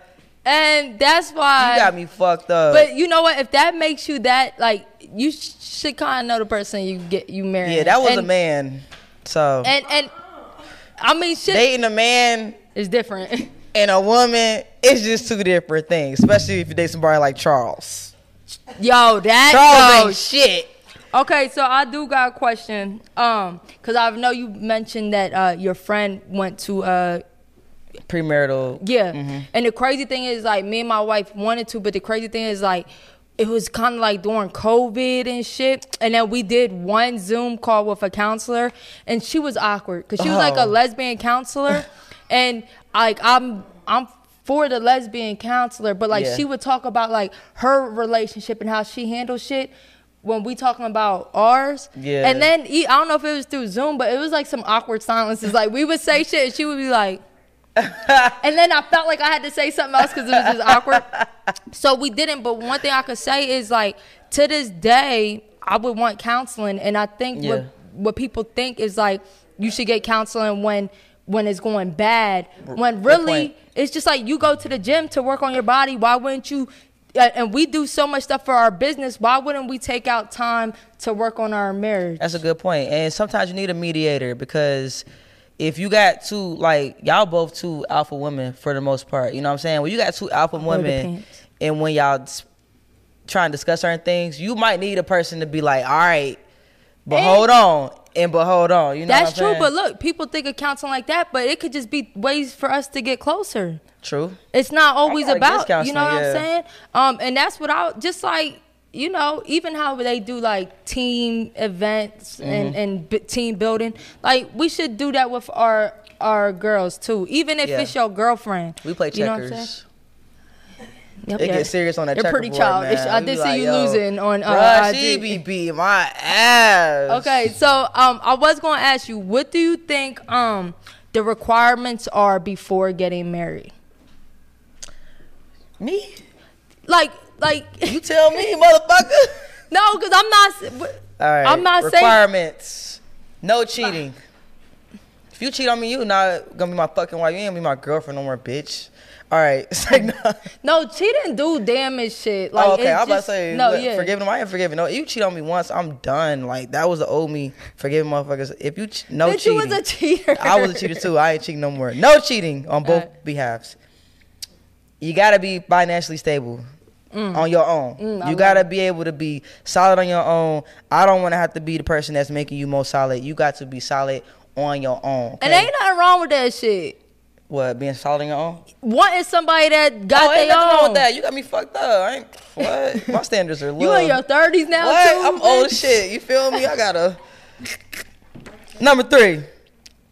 Speaker 3: And that's
Speaker 2: You
Speaker 3: why
Speaker 2: got me fucked up.
Speaker 3: But you know what? If that makes you that like you sh- should kinda know the person you get you marry.
Speaker 2: yeah, that was
Speaker 3: and,
Speaker 2: a man. So
Speaker 3: And and I mean shit
Speaker 2: dating a man
Speaker 3: is different. <laughs>
Speaker 2: and a woman, it's just two different things, especially if you date somebody like Charles.
Speaker 3: Yo, that
Speaker 2: Charles
Speaker 3: yo,
Speaker 2: ain't shit.
Speaker 3: Okay, so I do got a question. Um, cause I know you mentioned that uh, your friend went to uh,
Speaker 2: Premarital.
Speaker 3: yeah, and the crazy thing is like me and my wife wanted to, but the crazy thing is like it was kind of like during COVID and shit, and then we did one Zoom call with a counselor, and she was awkward because she was like a
Speaker 2: Oh. <laughs>
Speaker 3: lesbian counselor, and like I'm I'm. For the lesbian counselor, but like
Speaker 2: Yeah.
Speaker 3: she would talk about like her relationship and how she handles shit when we talking about ours.
Speaker 2: Yeah.
Speaker 3: And then e- I don't know if it was through Zoom, but it was like some awkward silences. Like we would say shit, and she would be like,
Speaker 2: <laughs>
Speaker 3: and then I felt like I had to say something else because it was just awkward. So we didn't. But one thing I could say is like to this day, I would want counseling, and I think
Speaker 2: Yeah.
Speaker 3: what what people think is like you should get counseling when when it's going bad. When really
Speaker 2: point.
Speaker 3: it's just like you go to the gym to work on your body. Why wouldn't you? uh, And we do so much stuff for our business. Why wouldn't we take out time to work on our marriage?
Speaker 2: That's a good point. And sometimes you need a mediator because if you got two, like, y'all both two alpha women for the most part, you know what I'm saying? When you got two alpha
Speaker 3: wear the
Speaker 2: women
Speaker 3: pants.
Speaker 2: and when y'all s- trying to discuss certain things, you might need a person to be like, all right, but
Speaker 3: And-
Speaker 2: hold on. And but hold on, you know
Speaker 3: That's
Speaker 2: what
Speaker 3: true.
Speaker 2: I'm
Speaker 3: But
Speaker 2: saying?
Speaker 3: look, people think of counseling like that, but it could just be ways for us to get closer.
Speaker 2: true.
Speaker 3: It's not always
Speaker 2: gotta get
Speaker 3: about you
Speaker 2: counseling,
Speaker 3: know what I'm
Speaker 2: yeah.
Speaker 3: saying. Um, and that's what I just like. You know, even how they do like team events
Speaker 2: Mm-hmm.
Speaker 3: and and b- team building. Like we should do that with our our girls too. Even if
Speaker 2: Yeah.
Speaker 3: it's your girlfriend,
Speaker 2: We play
Speaker 3: You know what I'm
Speaker 2: checkers.
Speaker 3: saying? Yep,
Speaker 2: It
Speaker 3: yeah.
Speaker 2: gets serious on that
Speaker 3: You're pretty
Speaker 2: checkerboard,
Speaker 3: childish.
Speaker 2: man.
Speaker 3: I
Speaker 2: We
Speaker 3: did
Speaker 2: be
Speaker 3: see
Speaker 2: like,
Speaker 3: you
Speaker 2: yo,
Speaker 3: losing on uh,
Speaker 2: Bruh, she <laughs>
Speaker 3: IG.
Speaker 2: be beating my ass.
Speaker 3: Okay, so um, I was going to ask you, what do you think um the requirements are before getting married?
Speaker 2: Me?
Speaker 3: Like, like <laughs>
Speaker 2: You tell me, motherfucker.
Speaker 3: no, because I'm not. s-
Speaker 2: All right.
Speaker 3: <laughs> I'm not saying.
Speaker 2: requirements. No cheating. If you cheat on me, you not gonna be my fucking wife. You ain't gonna be my girlfriend no more, bitch. All right. <laughs> It's like no.
Speaker 3: No, cheating do damage shit. Like,
Speaker 2: oh, okay.
Speaker 3: it's
Speaker 2: I'm about to
Speaker 3: just-
Speaker 2: say
Speaker 3: no,
Speaker 2: look,
Speaker 3: yeah.
Speaker 2: forgiving him. I ain't forgiving. No, you cheat on me once, I'm done. Like that was the old me. Forgiving motherfuckers. If you ch- no
Speaker 3: Bitch, you
Speaker 2: cheating.
Speaker 3: was a cheater.
Speaker 2: I was a cheater too. I ain't cheating no more. No cheating on both
Speaker 3: Alright.
Speaker 2: behalves. You gotta be financially stable on your own.
Speaker 3: Mm. I
Speaker 2: you
Speaker 3: love
Speaker 2: gotta be able to be solid on your own. I don't wanna have to be the person that's making you most solid. You got to be solid on your own.
Speaker 3: And
Speaker 2: okay?
Speaker 3: ain't nothing wrong with that shit.
Speaker 2: what being solid on your own?
Speaker 3: Wanting somebody that got
Speaker 2: oh,
Speaker 3: their
Speaker 2: ain't nothing wrong
Speaker 3: own.
Speaker 2: with that. You got me fucked up. I ain't what my standards are low.
Speaker 3: You in your thirties now
Speaker 2: What?
Speaker 3: too?
Speaker 2: I'm old
Speaker 3: bitch?
Speaker 2: as shit. You feel me? I gotta. Number three,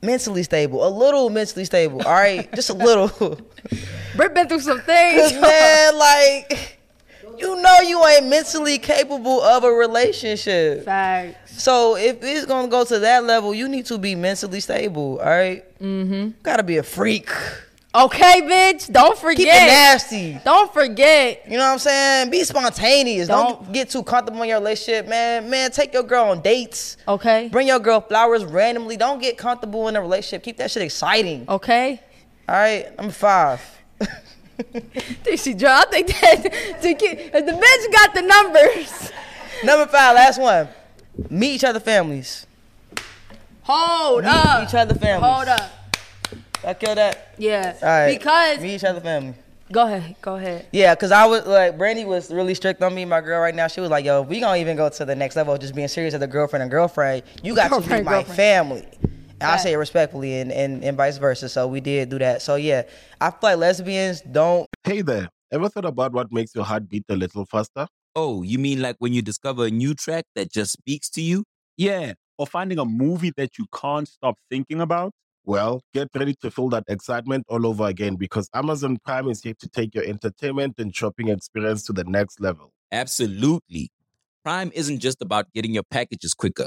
Speaker 2: mentally stable. A little mentally stable. All right, just a little. Cause
Speaker 3: Britt been through some things.
Speaker 2: man, like, you know you ain't mentally capable of a relationship.
Speaker 3: Facts.
Speaker 2: So if it's gonna go to that level, you need to be mentally stable. All Mm-hmm. Gotta be a freak.
Speaker 3: Okay, bitch. Don't forget.
Speaker 2: Keep it nasty.
Speaker 3: Don't forget.
Speaker 2: You know what I'm saying? Be spontaneous. Don't,
Speaker 3: Don't-
Speaker 2: get too comfortable in your relationship, man. Man, take your girl on dates.
Speaker 3: Okay.
Speaker 2: Bring your girl flowers randomly. Don't get comfortable in a relationship. Keep that shit exciting.
Speaker 3: Okay. <laughs>
Speaker 2: All right, number five. <laughs>
Speaker 3: Think she drunk. I think that <laughs> to get, if the bitch got the numbers.
Speaker 2: number five, last one. Meet each other families.
Speaker 3: Hold
Speaker 2: Meet
Speaker 3: up.
Speaker 2: each other families.
Speaker 3: Hold up.
Speaker 2: I kill that.
Speaker 3: Yeah.
Speaker 2: All right.
Speaker 3: Because
Speaker 2: meet each other family.
Speaker 3: go ahead. Go ahead.
Speaker 2: Yeah, cause I was like, Brandy was really strict on me. My girl right now, she was like, "Yo, if we gonna even go to the next level of just being serious as a girlfriend and girlfriend. You got to be
Speaker 3: Girlfriend,
Speaker 2: my
Speaker 3: girlfriend.
Speaker 2: family." And I
Speaker 3: Right.
Speaker 2: say it respectfully, and, and and vice versa. So we did do that. So yeah, I feel like lesbians don't.
Speaker 6: Hey there, ever thought about what makes your heart beat a little faster?
Speaker 7: Oh, you mean like when you discover a new track that just speaks to you?
Speaker 8: Yeah, or finding a movie that you can't stop thinking about.
Speaker 6: Well, get ready to feel that excitement all over again because Amazon Prime is here to take your entertainment and shopping experience to the next level.
Speaker 7: Absolutely. Prime isn't just about getting your packages quicker.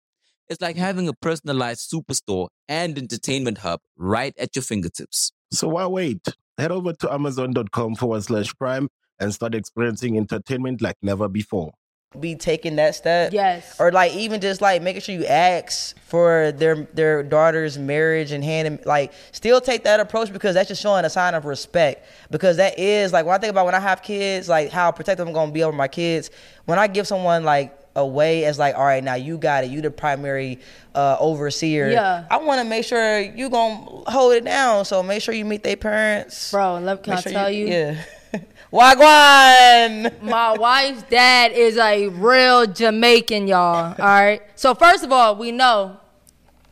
Speaker 7: It's like having a personalized superstore and entertainment hub right at your fingertips.
Speaker 6: So why wait? Head over to amazon.com forward slash prime and start experiencing entertainment like never before.
Speaker 2: be taking that step.
Speaker 3: Yes.
Speaker 2: Or like even just like making sure you ask for their their daughter's marriage and hand like still take that approach because that's just showing a sign of respect. Because that is like when I think about when I have kids, like how protective I'm gonna be over my kids. When I give someone like away as like, all right, now you got it. You the primary uh, overseer.
Speaker 3: Yeah.
Speaker 2: I want to make sure you gonna hold it down. So make sure you meet their parents.
Speaker 3: Bro, let can
Speaker 2: Make
Speaker 3: I
Speaker 2: sure
Speaker 3: tell you?
Speaker 2: Yeah. <laughs> Wagwan. <laughs>
Speaker 3: My wife's dad is a real Jamaican, y'all. All right. So first of all, we know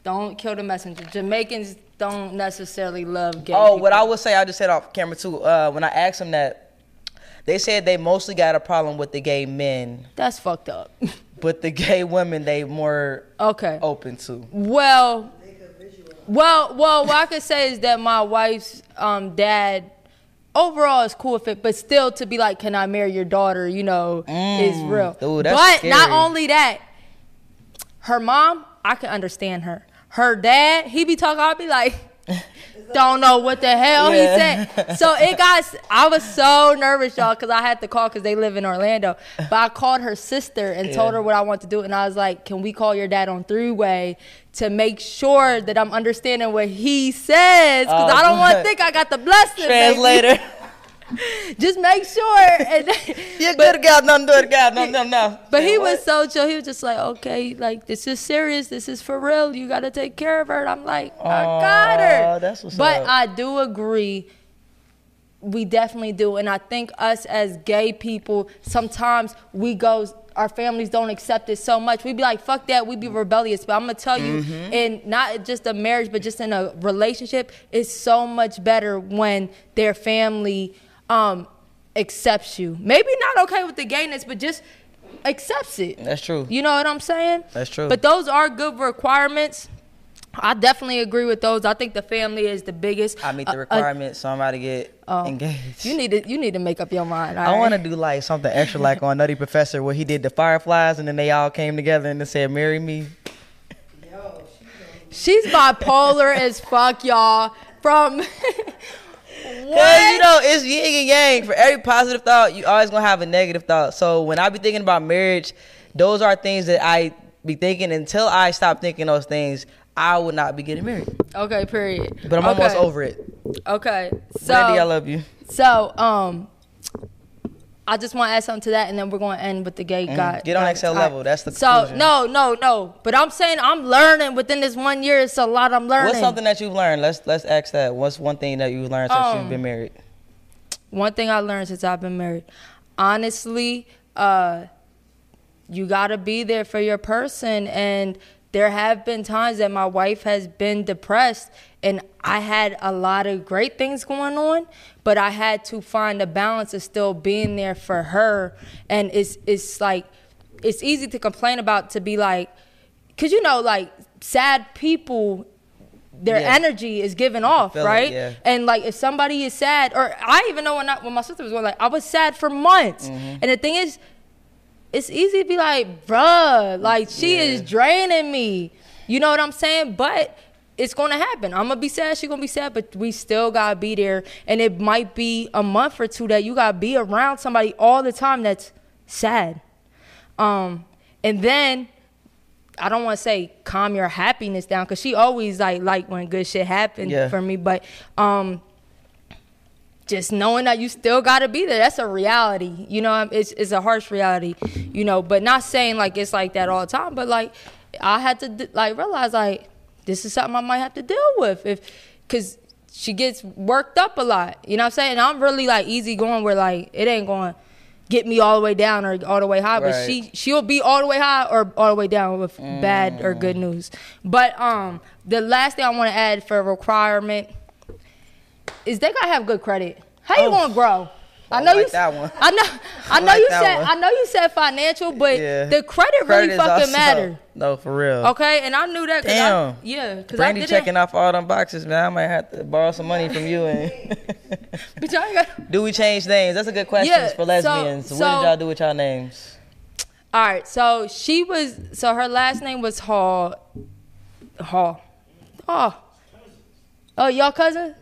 Speaker 3: don't kill the messenger. Jamaicans don't necessarily love gay.
Speaker 2: Oh, what
Speaker 3: people.
Speaker 2: I would say, I just said off camera too. Uh, when I asked them that, they said they mostly got a problem with the gay men,
Speaker 3: that's fucked up. <laughs>
Speaker 2: but the <laughs> gay women they more
Speaker 3: okay.
Speaker 2: open to.
Speaker 3: Well, well, well, what I could say is that my wife's um, dad overall is cool with it, but still to be like, can I marry your daughter? You know, is real.
Speaker 2: Mm. Ooh, that's
Speaker 3: but not
Speaker 2: scary.
Speaker 3: only that, her mom, I can understand her. Her dad, he be talking, I'll be like. Don't know what the hell
Speaker 2: Yeah.
Speaker 3: he said. So it got. s- I was so nervous, y'all, because I had to call because they live in Orlando. But I called her sister and told her what I want to do, and I was like, "Can we call your dad on three way to make sure that I'm understanding what he says? Because
Speaker 2: Oh,
Speaker 3: I don't want to
Speaker 2: good.
Speaker 3: think I got the blessing." baby.
Speaker 2: Translator,
Speaker 3: <laughs>
Speaker 2: <laughs>
Speaker 3: Just make sure. <laughs> And
Speaker 2: you good gal, no good gal, no no no.
Speaker 3: But he
Speaker 2: Say what?
Speaker 3: was so chill. He was just like, okay, like this is serious. This is for real. You gotta take care of her. And I'm like, I
Speaker 2: Aw,
Speaker 3: got her.
Speaker 2: that's what's
Speaker 3: but
Speaker 2: up.
Speaker 3: I do agree. We definitely do, and I think us as gay people, sometimes we go. Our families don't accept it so much. We be like, "Fuck that." We be rebellious. But I'm gonna tell you,
Speaker 2: Mm-hmm.
Speaker 3: in not just a marriage, but just in a relationship, it's so much better when their family um, accepts you. Maybe not okay with the gayness, but just accepts it.
Speaker 2: That's true.
Speaker 3: You know what I'm saying?
Speaker 2: That's true.
Speaker 3: But those are good requirements. I definitely agree with those. I think the family is the biggest.
Speaker 2: I meet
Speaker 3: Uh,
Speaker 2: the
Speaker 3: uh,
Speaker 2: requirements, so I'm about to get
Speaker 3: oh.
Speaker 2: engaged.
Speaker 3: You need to you need to make up your mind.
Speaker 2: I want to
Speaker 3: to.
Speaker 2: do like something extra, like on Nutty Professor, where he did the fireflies, and then they all came together and they said, "Marry me." <laughs>
Speaker 3: She's bipolar as fuck, y'all. From <laughs>
Speaker 2: Cause
Speaker 3: what?
Speaker 2: you know it's yin and yang. For every positive thought, you always gonna have a negative thought. So when I be thinking about marriage, those are things that I be thinking. Until I stop thinking those things, I would not be getting married.
Speaker 3: Okay, period.
Speaker 2: But I'm almost
Speaker 3: Okay.
Speaker 2: over it.
Speaker 3: Okay. So
Speaker 2: Brandy, I love you.
Speaker 3: So, um, I just want to add something to that, and then we're going to end with the gay guy.
Speaker 2: Mm, Get on
Speaker 3: guy-
Speaker 2: Excel
Speaker 3: all right.
Speaker 2: level. That's the
Speaker 3: So
Speaker 2: conclusion.
Speaker 3: no, no, no. But I'm saying I'm learning within this one year. It's a lot I'm learning.
Speaker 2: What's something that you've learned? Let's let's ask that. What's one thing that you've learned since
Speaker 3: Um,
Speaker 2: you've been married?
Speaker 3: One thing I learned since I've been married, honestly, uh, you gotta be there for your person. And there have been times that my wife has been depressed, and I had a lot of great things going on, but I had to find a balance of still being there for her. And it's it's like it's easy to complain about to be like, cause you know like sad people. Their
Speaker 2: Yeah.
Speaker 3: energy is given off,
Speaker 2: feel it,
Speaker 3: right?
Speaker 2: yeah.
Speaker 3: And like if somebody is sad, or I even know when I, when my sister was going, like I was sad for months.
Speaker 2: Mm-hmm.
Speaker 3: And the thing is, it's easy to be like, bruh, like she is draining me. You know what I'm saying? But it's gonna happen. I'm gonna be sad, she gonna be sad, but we still gotta be there. And it might be a month or two that you gotta be around somebody all the time that's sad. Um, and then I don't want to say calm your happiness down because she always like like when good shit happened
Speaker 2: Yeah.
Speaker 3: for me, but um, just knowing that you still gotta be there. That's a reality, you know. um, It's it's a harsh reality, you know. But not saying like it's like that all the time, but like I had to d- like realize like this is something I might have to deal with if because she gets worked up a lot, you know what I'm saying. And I'm really like easy going where like it ain't going. to Get me all the way down or all the way high, but
Speaker 2: Right.
Speaker 3: she she'll be all the way high or all the way down with bad or good news. But um, the last thing I want to add for requirement is they gotta have good credit. How you gonna grow? I know
Speaker 2: Oh. like
Speaker 3: you. s-
Speaker 2: that one.
Speaker 3: I know. I
Speaker 2: <laughs> I
Speaker 3: know
Speaker 2: like
Speaker 3: you
Speaker 2: that
Speaker 3: said.
Speaker 2: one.
Speaker 3: I know you said financial, but
Speaker 2: Yeah.
Speaker 3: the credit, really
Speaker 2: is
Speaker 3: fucking
Speaker 2: also-
Speaker 3: matter.
Speaker 2: No, for real.
Speaker 3: Okay, and I knew that. 'cause I-
Speaker 2: Damn.
Speaker 3: yeah, because I
Speaker 2: Brandy
Speaker 3: didn't. <laughs>
Speaker 2: checking off all them boxes, man. I might have to borrow some money from you. And <laughs>
Speaker 3: But y'all ain't got. <laughs>
Speaker 2: do we change names? That's a good question
Speaker 3: Yeah,
Speaker 2: for
Speaker 3: so-
Speaker 2: lesbians. what
Speaker 3: so-
Speaker 2: did y'all do with y'all names?
Speaker 3: All right, so she was. So her last name was Hall. Hall. Oh. Oh, y'all cousin.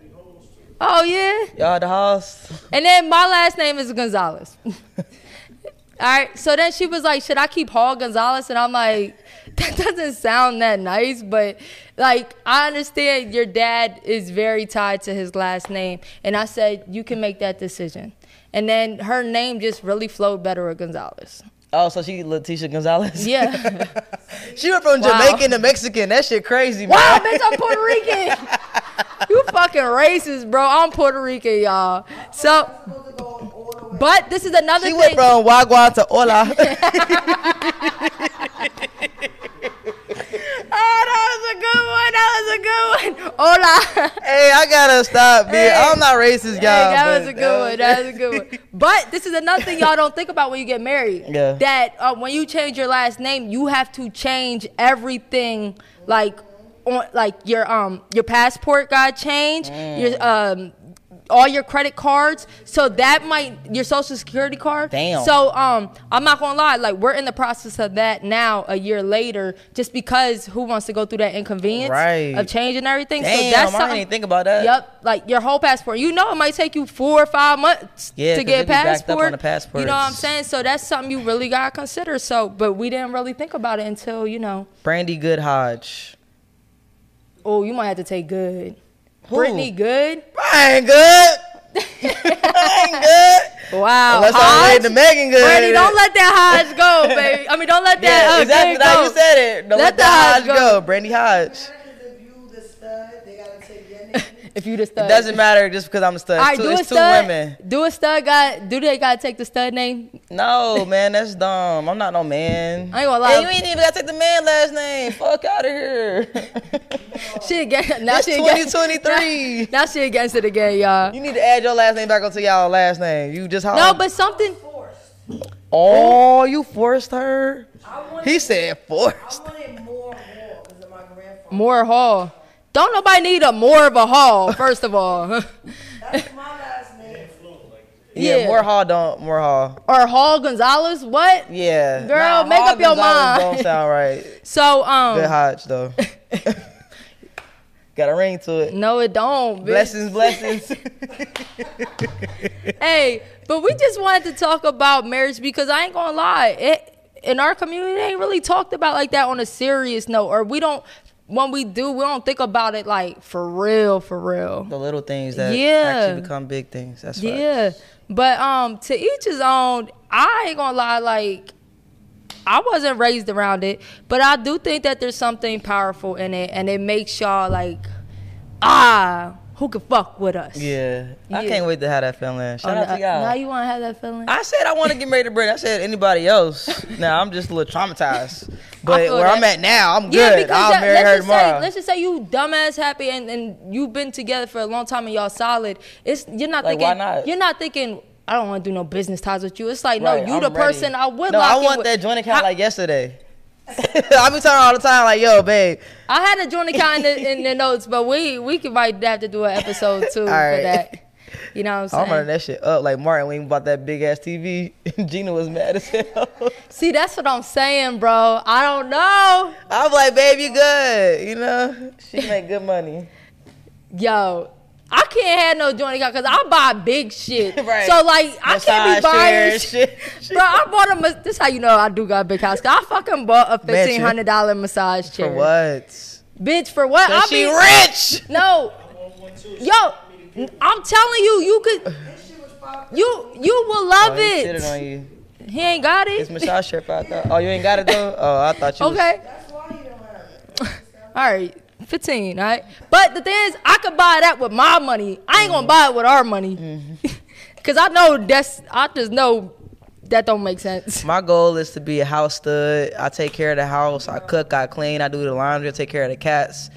Speaker 3: Oh yeah.
Speaker 2: Y'all at the house?
Speaker 3: And then my last name is
Speaker 2: <laughs>
Speaker 3: Gonzalez. All right. So then she was like, "Should I keep Hall Gonzalez?" And I'm like, "That doesn't sound that nice." But like, I understand your dad is very tied to his last name, and I said you can make that decision. And then her name just really flowed better with Gonzalez.
Speaker 2: Oh, so she Leticia Gonzalez.
Speaker 3: Yeah.
Speaker 2: <laughs> she went from
Speaker 3: Wow.
Speaker 2: Jamaican to Mexican. That shit crazy, man.
Speaker 3: wow, bitch, I'm Puerto Rican. you fucking racist, bro. I'm Puerto Rican, y'all. So, but this is another
Speaker 2: She
Speaker 3: thing.
Speaker 2: went from Wagwa to
Speaker 3: <laughs>
Speaker 2: Ola.
Speaker 3: Oh, that was a good one. That was a good one. Hola.
Speaker 2: <laughs>
Speaker 3: <laughs>
Speaker 2: hey, I gotta stop, man.
Speaker 3: Hey.
Speaker 2: I'm not racist, y'all.
Speaker 3: Hey, that was
Speaker 2: but
Speaker 3: a good one. That was
Speaker 2: <laughs>
Speaker 3: a good one. <laughs> But this is another thing y'all don't think about when you get married.
Speaker 2: Yeah.
Speaker 3: That uh, when you change your last name, you have to change everything. Like, on like your um your passport got changed. Your um all your credit cards. So that might your social security card.
Speaker 2: Damn.
Speaker 3: So um I'm not gonna lie. Like we're in the process of that now. A year later, just because who wants to go through that inconvenience
Speaker 2: Right.
Speaker 3: of changing everything? so
Speaker 2: Damn,
Speaker 3: that's
Speaker 2: I
Speaker 3: something.
Speaker 2: didn't even think about <laughs> that.
Speaker 3: Yep, like your whole passport. You know, it might take you four or five months
Speaker 2: Yeah,
Speaker 3: to
Speaker 2: 'cause
Speaker 3: get
Speaker 2: it be backed up on
Speaker 3: passport.
Speaker 2: the passports.
Speaker 3: You know what I'm saying? So that's something you really gotta consider. So, but we didn't really think about it until you know.
Speaker 2: Brandy Good Hodge.
Speaker 3: Oh, you might have to take good.
Speaker 2: Who?
Speaker 3: Brittany Good.
Speaker 2: I ain't
Speaker 3: <laughs>
Speaker 2: good. I ain't good.
Speaker 3: Wow.
Speaker 2: Unless I'm related to Megan Good.
Speaker 3: Brittany, don't let that Hodge
Speaker 2: <laughs>
Speaker 3: go, baby. I mean, don't let that.
Speaker 2: Yeah,
Speaker 3: uh,
Speaker 2: exactly
Speaker 3: Good
Speaker 2: how
Speaker 3: go.
Speaker 2: you said it. Don't let, the Hodge go. Brandy Hodge.
Speaker 5: If you the stud, they gotta take your name.
Speaker 3: If you the stud.
Speaker 2: It doesn't matter just because I'm a stud.
Speaker 3: All
Speaker 2: It's,
Speaker 3: right,
Speaker 2: two,
Speaker 3: do a
Speaker 2: it's two
Speaker 3: stud.
Speaker 2: women.
Speaker 3: Do a stud. Got do they gotta take the stud name?
Speaker 2: No, man, that's dumb. I'm not no man.
Speaker 3: I ain't gonna lie.
Speaker 2: And you ain't even got to take the man last name. Fuck out of here.
Speaker 3: She again. <laughs>
Speaker 2: <laughs>
Speaker 3: Now
Speaker 2: That's
Speaker 3: she against
Speaker 2: 2023.
Speaker 3: Now, now she against it again, y'all.
Speaker 2: you need to add your last name back onto y'all last name. You just hollered.
Speaker 3: No, but something.
Speaker 2: Oh, you forced her? He said forced.
Speaker 5: wanted more war because of my
Speaker 3: <laughs>
Speaker 5: grandfather.
Speaker 3: More Hall. Don't nobody need a more of a hall, first of all. <laughs>
Speaker 5: That's my last name.
Speaker 2: Yeah,
Speaker 3: Yeah.
Speaker 2: more hall don't. More hall.
Speaker 3: or Hall Gonzalez, what?
Speaker 2: Yeah.
Speaker 3: Girl, make
Speaker 2: Hall
Speaker 3: up your
Speaker 2: Gonzalez
Speaker 3: mind.
Speaker 2: Don't sound
Speaker 3: <laughs>
Speaker 2: right.
Speaker 3: So
Speaker 2: Good
Speaker 3: um
Speaker 2: Hodge, though. <laughs> got a ring to it.
Speaker 3: no it don't. bitch.
Speaker 2: Blessings,
Speaker 3: <laughs>
Speaker 2: blessings.
Speaker 3: Hey, but we just wanted to talk about marriage because I ain't gonna lie, it in our community it ain't really talked about like that on a serious note, or we don't when we do, we don't think about it like for real, for real.
Speaker 2: The little things that
Speaker 3: Yeah.
Speaker 2: actually become big things. That's right.
Speaker 3: Yeah. But um to each his own, I ain't gonna lie, like I wasn't raised around it, but I do think that there's something powerful in it and it makes y'all like, ah, who can fuck with us?
Speaker 2: Yeah. I
Speaker 3: Yeah.
Speaker 2: can't wait to have that feeling.
Speaker 3: Oh,
Speaker 2: Shout out
Speaker 3: now,
Speaker 2: to y'all.
Speaker 3: now you wanna have that feeling?
Speaker 2: I said I want to get married to Brittany. I said anybody
Speaker 3: <laughs>
Speaker 2: else. Now I'm just a little traumatized. But
Speaker 3: feel
Speaker 2: where
Speaker 3: that.
Speaker 2: I'm at now, I'm
Speaker 3: Yeah,
Speaker 2: good.
Speaker 3: because
Speaker 2: I'll
Speaker 3: that-
Speaker 2: marry
Speaker 3: let's
Speaker 2: her
Speaker 3: just say-
Speaker 2: tomorrow.
Speaker 3: let's just say you dumbass happy and, and you've been together for a long time and y'all solid. It's you're not
Speaker 2: Like, why
Speaker 3: thinking
Speaker 2: not?
Speaker 3: you're not thinking I don't want to do no business ties with you. It's like
Speaker 2: Right,
Speaker 3: no, you
Speaker 2: I'm
Speaker 3: the
Speaker 2: ready.
Speaker 3: person I would.
Speaker 2: No,
Speaker 3: lock
Speaker 2: I
Speaker 3: in
Speaker 2: want
Speaker 3: with.
Speaker 2: that joint account
Speaker 3: I-
Speaker 2: like yesterday. <laughs> I be telling her all the time, like, yo, babe.
Speaker 3: I had a joint account in
Speaker 2: <laughs>
Speaker 3: the, in the notes, but we we could might have to do an episode too for
Speaker 2: right.
Speaker 3: that. You know what I'm
Speaker 2: I'm running
Speaker 3: saying?
Speaker 2: that shit up like Martin when he bought that big ass TV. <laughs> Gina was mad as hell. <laughs>
Speaker 3: See, that's what I'm saying, bro. I don't know.
Speaker 2: I'm like, babe, you good. You know,
Speaker 3: <laughs>
Speaker 2: she make good money.
Speaker 3: Yo, I can't have no joint account because I buy big shit.
Speaker 2: <laughs> Right.
Speaker 3: So like, I can't be
Speaker 2: Massage
Speaker 3: buying
Speaker 2: chairs,
Speaker 3: shit.
Speaker 2: shit.
Speaker 3: <laughs> Bro, I bought a. mas- This how you know I do got a big house. 'cause I fucking bought a
Speaker 2: Bet you.
Speaker 3: fifteen hundred dollar massage chair.
Speaker 2: For what?
Speaker 3: Bitch, for what?
Speaker 2: Cause
Speaker 3: I
Speaker 2: she
Speaker 3: be
Speaker 2: rich.
Speaker 3: No. Yo, I'm telling you, you
Speaker 2: <laughs>
Speaker 3: could. You you will love
Speaker 2: Oh, he
Speaker 3: it.
Speaker 2: shitted on you.
Speaker 3: He, ain't got it.
Speaker 2: It's
Speaker 3: <laughs>
Speaker 2: massage chair. I thought. Oh, you ain't got it though. Oh, I thought you. was-
Speaker 3: Okay. <laughs> all right. 15, all right? But the thing is, I could buy that with my money. I ain't
Speaker 2: Mm.
Speaker 3: gonna buy it with our money.
Speaker 2: Mm-hmm.
Speaker 3: <laughs> Cause I know that's I just know that don't make sense.
Speaker 2: My goal is to be a house stud. I take care of the house. I cook. I clean. I do the laundry. I take care of the cats.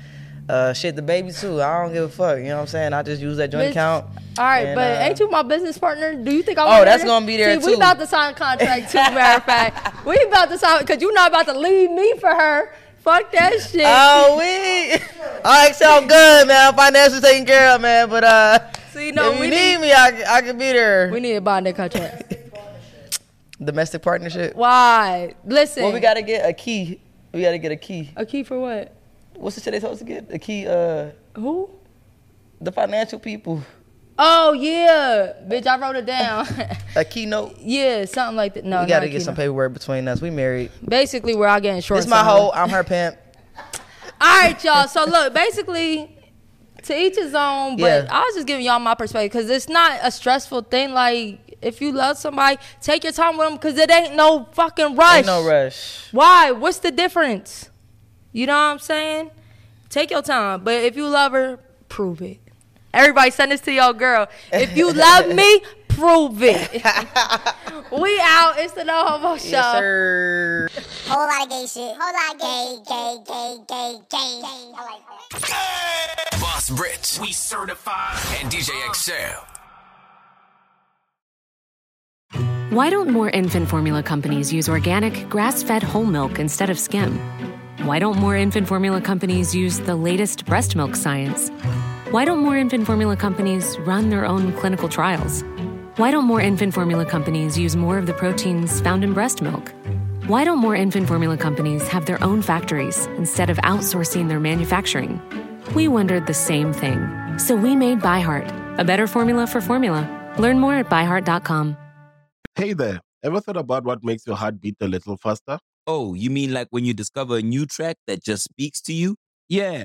Speaker 2: Uh, shit, the baby too. I don't give a fuck. You know what I'm saying? I just use that joint
Speaker 3: Bitch,
Speaker 2: account.
Speaker 3: All right,
Speaker 2: And,
Speaker 3: but
Speaker 2: uh,
Speaker 3: ain't you my business partner? Do you think I?
Speaker 2: Oh,
Speaker 3: want
Speaker 2: that's
Speaker 3: her?
Speaker 2: gonna be there,
Speaker 3: See, we
Speaker 2: too.
Speaker 3: about to sign
Speaker 2: <laughs>
Speaker 3: a contract too. Matter of fact, we about to sign because you not about to leave me for her. Fuck
Speaker 2: <laughs>
Speaker 3: that shit.
Speaker 2: Oh, we. <laughs> All right, sound good, man. I'm financially taken care of, man. But uh,
Speaker 3: See, no,
Speaker 2: if you
Speaker 3: we
Speaker 2: need,
Speaker 3: need-
Speaker 2: me, I, I can be there.
Speaker 3: we need to buy a contract.
Speaker 2: Domestic partnership.
Speaker 3: Why? Listen.
Speaker 2: Well, we gotta get a key. We gotta get a key.
Speaker 3: a key for what?
Speaker 2: What's the shit they supposed to get? A key. Uh,
Speaker 3: Who?
Speaker 2: the financial people.
Speaker 3: Oh yeah, bitch, I wrote it down. <laughs>
Speaker 2: A keynote.
Speaker 3: yeah, something like that. No,
Speaker 2: We gotta
Speaker 3: not
Speaker 2: get some
Speaker 3: Keno.
Speaker 2: paperwork between us. We married.
Speaker 3: Basically, we're all getting short.
Speaker 2: This my whole. I'm her pimp.
Speaker 3: All right, y'all. So look, basically, to each his own. But
Speaker 2: Yeah.
Speaker 3: I was just giving y'all my perspective because it's not a stressful thing. Like if you love somebody, take your time with them because it ain't no fucking rush.
Speaker 2: Ain't no rush.
Speaker 3: Why? What's the difference? You know what I'm saying? Take your time. But if you love her, prove it. Everybody send this to your girl. If you love me, prove it. we out. It's the No Homo Show.
Speaker 2: Yes, sir.
Speaker 9: Whole lot of gay shit. Whole lot of gay, gay, gay, gay, gay. gay. I like that.
Speaker 10: Boss Rich. We certified. And DJ XL.
Speaker 11: Why don't more infant formula companies use organic, grass fed whole milk instead of skim? Why don't more infant formula companies use the latest breast milk science? Why don't more infant formula companies run their own clinical trials? Why don't more infant formula companies use more of the proteins found in breast milk? Why don't more infant formula companies have their own factories instead of outsourcing their manufacturing? We wondered the same thing. So we made ByHeart, a better formula for formula. Learn more at byheart.com.
Speaker 6: Hey there. Ever thought about what makes your heart beat a little faster?
Speaker 7: Oh, you mean like when you discover a new track that just speaks to you?
Speaker 8: Yeah.